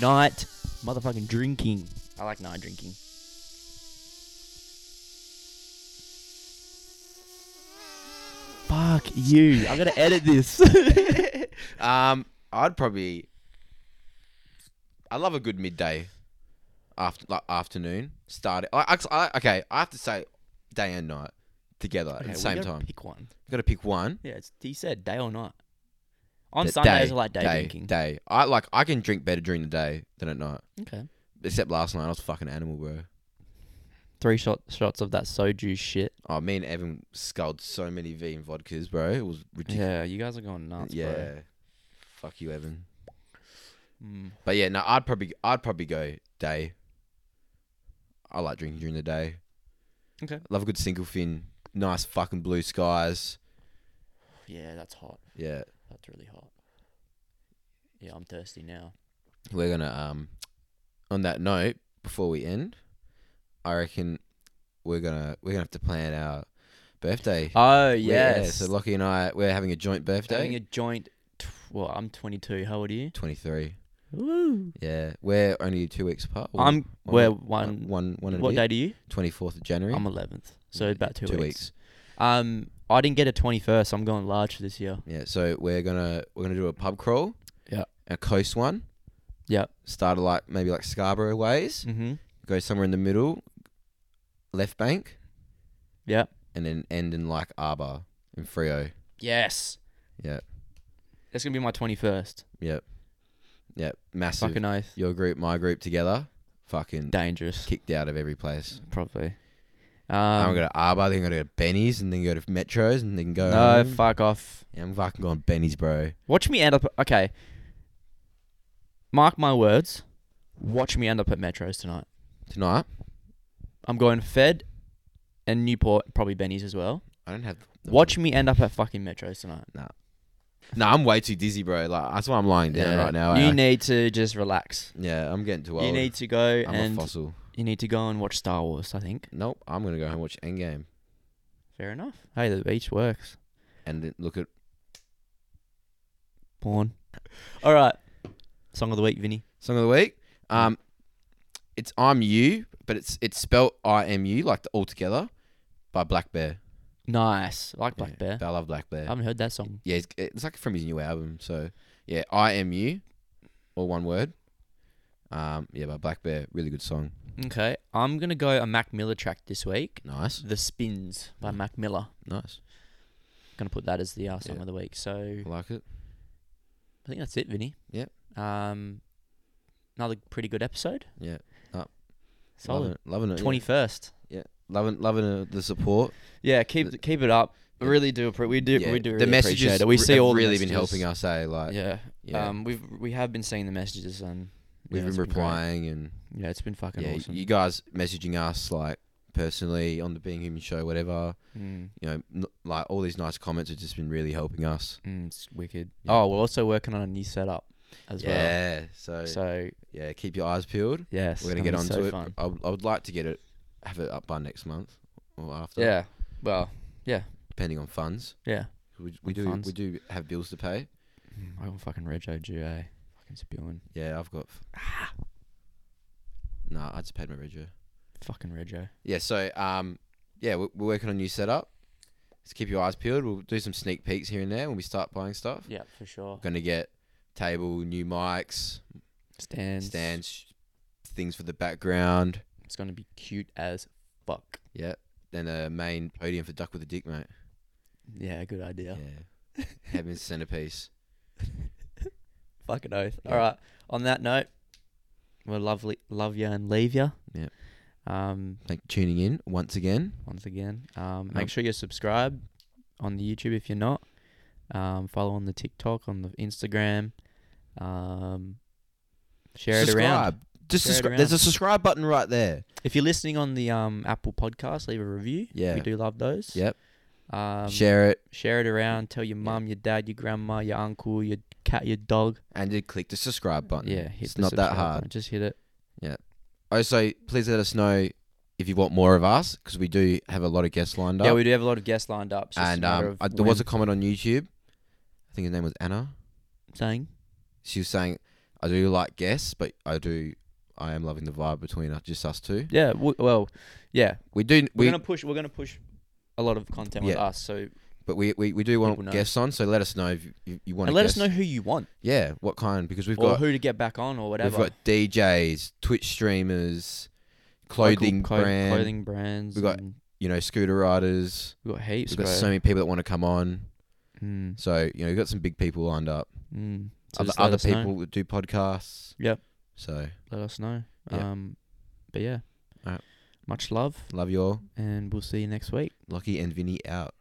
D: Night motherfucking drinking. I like night drinking. Fuck you. I'm gonna edit this.
C: Um, I'd probably. I love a good midday. after like afternoon started. I, I, I- okay, I have to say day and night together
D: Okay,
C: at the
D: we
C: same
D: gotta
C: time.
D: Pick one.
C: Got to pick one.
D: Yeah, it's, he said day or night. On
C: Th-
D: Sundays,
C: day,
D: I like day,
C: day
D: drinking.
C: Day. I like I can drink better during the day than at night.
D: Okay.
C: Except last night, I was a fucking animal, bro.
D: Three shot, shots of that soju shit.
C: Oh, me and Evan sculled so many V and vodkas, bro. It was ridiculous.
D: Yeah, you guys are going nuts,
C: yeah.
D: bro.
C: Fuck you, Evan.
D: Mm.
C: But yeah, no, I'd probably I'd probably go day. I like drinking during the day.
D: Okay.
C: Love a good single fin. Nice fucking blue skies.
D: Yeah, that's hot.
C: Yeah.
D: That's really hot. Yeah, I'm thirsty now.
C: We're gonna um on that note, before we end, I reckon we're gonna we're gonna have to plan our birthday.
D: Oh
C: We-
D: yes,
C: Yeah, so Lockie and I we're having a joint birthday.
D: having a joint. T- well, I'm 22. How old are you?
C: twenty three.
D: Woo.
C: Yeah. We're only two weeks apart. or
D: I'm.
C: one-
D: We're
C: one
D: one.
C: one one and
D: what
C: a
D: date are you?
C: Twenty fourth of January.
D: I'm 11th. So about two,
C: Mm, two
D: weeks.
C: weeks.
D: Um, I didn't get a 21st. So I'm going large for this year.
C: Yeah, so we're gonna we're gonna do a pub crawl.
D: Yeah.
C: A coast one.
D: Yep.
C: Started like maybe like Scarborough ways.
D: Mm-hmm.
C: Go somewhere in the middle, left bank,
D: Yep.
C: and then end in like Arbor in Frio.
D: Yes.
C: Yeah.
D: That's gonna be my 21st.
C: Yep. Yep. Massive.
D: Fucking oath.
C: Your group, my group together. Fucking
D: Dangerous.
C: kicked out of every place.
D: Probably.
C: I'm
D: Um,
C: gonna go to Arbor, then I'm gonna go to Benny's, and then go to Metros, and then go.
D: no,
C: home.
D: fuck off.
C: Yeah, I'm fucking going Benny's, bro.
D: Watch me end up. Okay. Mark my words. Watch me end up at Metros tonight.
C: Tonight,
D: I'm going Fed and Newport, probably Benny's as well.
C: I don't have. the-
D: Watch me end up at fucking Metros tonight.
C: No, I'm way too dizzy, bro. Like that's why I'm lying down right now.
D: You
C: eh?
D: need to just relax.
C: yeah, I'm getting too old.
D: You need to go
C: I'm a
D: and
C: fossil.
D: you need to go and watch Star Wars. I think.
C: Nope, I'm gonna go home and watch Endgame
D: Fair enough. Hey, the beach works.
C: and then look at.
D: Porn. All right. Song of the week, Vinny.
C: Song of the week. Um, it's "I'm You," but it's it's spelled "I M U" like the all together by Black Bear.
D: Nice. I like Black
C: Yeah,
D: Bear.
C: I love Black Bear.
D: I haven't heard that song.
C: yeah, it's, it's like from his new album. So yeah, "I M U," all one word. Um, yeah, by Black Bear. Really good song.
D: Okay. I'm going to go a Mac Miller track this week.
C: Nice,
D: The Spins by Mac Miller.
C: nice.
D: Going to put that as the uh, song
C: Yeah.
D: of the week. So
C: I like it.
D: I think that's it, Vinny.
C: Yep.
D: Um, another pretty good episode.
C: Yeah. Up. Loving
D: Solid.
C: it. Loving it.
D: Twenty
C: Twenty.
D: first.
C: Loving, loving uh, the support.
D: Yeah. Keep keep it up.
C: Yeah.
D: Really do appre- we do
C: Yeah,
D: we do
C: the
D: really
C: messages
D: appreciate it. We
C: re-
D: see
C: have
D: all the
C: really been
D: messages.
C: helping us. Eh? Like
D: Yeah.
C: yeah.
D: Um, we've we have been seeing the messages and
C: We've
D: yeah, it's
C: been
D: great.
C: replying and
D: Yeah, it's been fucking
C: yeah,
D: awesome.
C: you guys messaging us like personally on the Being Human show, whatever.
D: Mm,
C: You know, n- like all these nice comments have just been really helping us.
D: mm, it's wicked.
C: Yeah.
D: Oh, we're also working on a new setup as
C: yeah, so,
D: well. So
C: yeah, keep your eyes peeled.
D: yes,
C: We're gonna
D: it's
C: get onto
D: gonna be so
C: it.
D: fun.
C: I would, I would like to get it, have it up by next month or after.
D: Yeah. Well. Yeah.
C: depending on funds.
D: Yeah.
C: We, we do
D: Funds.
C: we do have bills to pay.
D: I got fucking Rego G A. Fucking spewing.
C: Yeah, I've got. F-
D: Ah.
C: nah, I just paid my rego.
D: Fucking Rego.
C: Yeah, so um, yeah, we're, we're working on a new setup. Just keep your eyes peeled. We'll do some sneak peeks here and there when we start buying stuff.
D: Yeah, for sure.
C: Gonna get table, new mics,
D: Stands.
C: stands, sh- things for the background.
D: It's gonna be cute as fuck.
C: Yeah, then a main podium for Duck with a Dick, mate.
D: Yeah, good
C: Yeah,
D: idea.
C: heaven's centerpiece.
D: Fucking oath.
C: Yeah.
D: All right. On that note, we'll lovely love you and leave you.
C: Yeah.
D: Um.
C: Thank you for tuning in once again.
D: Once again, um,
C: Um,
D: make sure you're subscribed on the YouTube if you're not. Um, follow on the TikTok, on the Instagram. Um, share it
C: subscribe.
D: around.
C: Just
D: Share it
C: subscribe. There's
D: around.
C: a subscribe button right there.
D: If you're listening on the um, Apple Podcast, leave a review.
C: Yeah.
D: We do love those.
C: Yep.
D: Um, share.
C: Share it
D: it around. Tell your mum, your dad, your grandma, your uncle, your cat, your dog.
C: and just click the subscribe button.
D: Yeah. Hit
C: it's
D: the
C: not that
D: subscribe
C: hard.
D: button. Just hit it.
C: Also, please let us know if you want more of us because we do have a lot of guests lined up.
D: Yeah, we do have a lot of guests lined up. It's just a
C: and
D: matter
C: um,
D: of
C: I, there was a
D: when
C: comment on YouTube. I think her name was Anna.
D: saying.
C: She was saying, "I do like guests, but I do, I am loving the vibe between us, just us two.
D: Yeah. W- well, yeah.
C: We do. We
D: We're gonna push. We're gonna push a lot of content with
C: Yeah.
D: us. So
C: But we, we, we do
D: People
C: want
D: know.
C: guests on, so let us know if you, you want.
D: and
C: a
D: let us
C: guest.
D: know who you want
C: Yeah, what kind? Because we've
D: or
C: got
D: who to get back on or
C: we've
D: whatever.
C: got DJs, Twitch streamers,
D: Local
C: clothing
D: clo-
C: brand,
D: clothing brands.
C: We've got-
D: and
C: you know, scooter riders.
D: we've got heaps.
C: We've got
D: bro.
C: so many people that want to come on.
D: Mm,
C: So you know, we've got some big people lined up.
D: mm. So
C: other
D: just let
C: other
D: us know.
C: people that do podcasts.
D: Yep.
C: So
D: let us know.
C: Yeah.
D: Um, but yeah,
C: Alright.
D: much love,
C: love you all,
D: and we'll see you next week.
C: Lockie and Vinny out.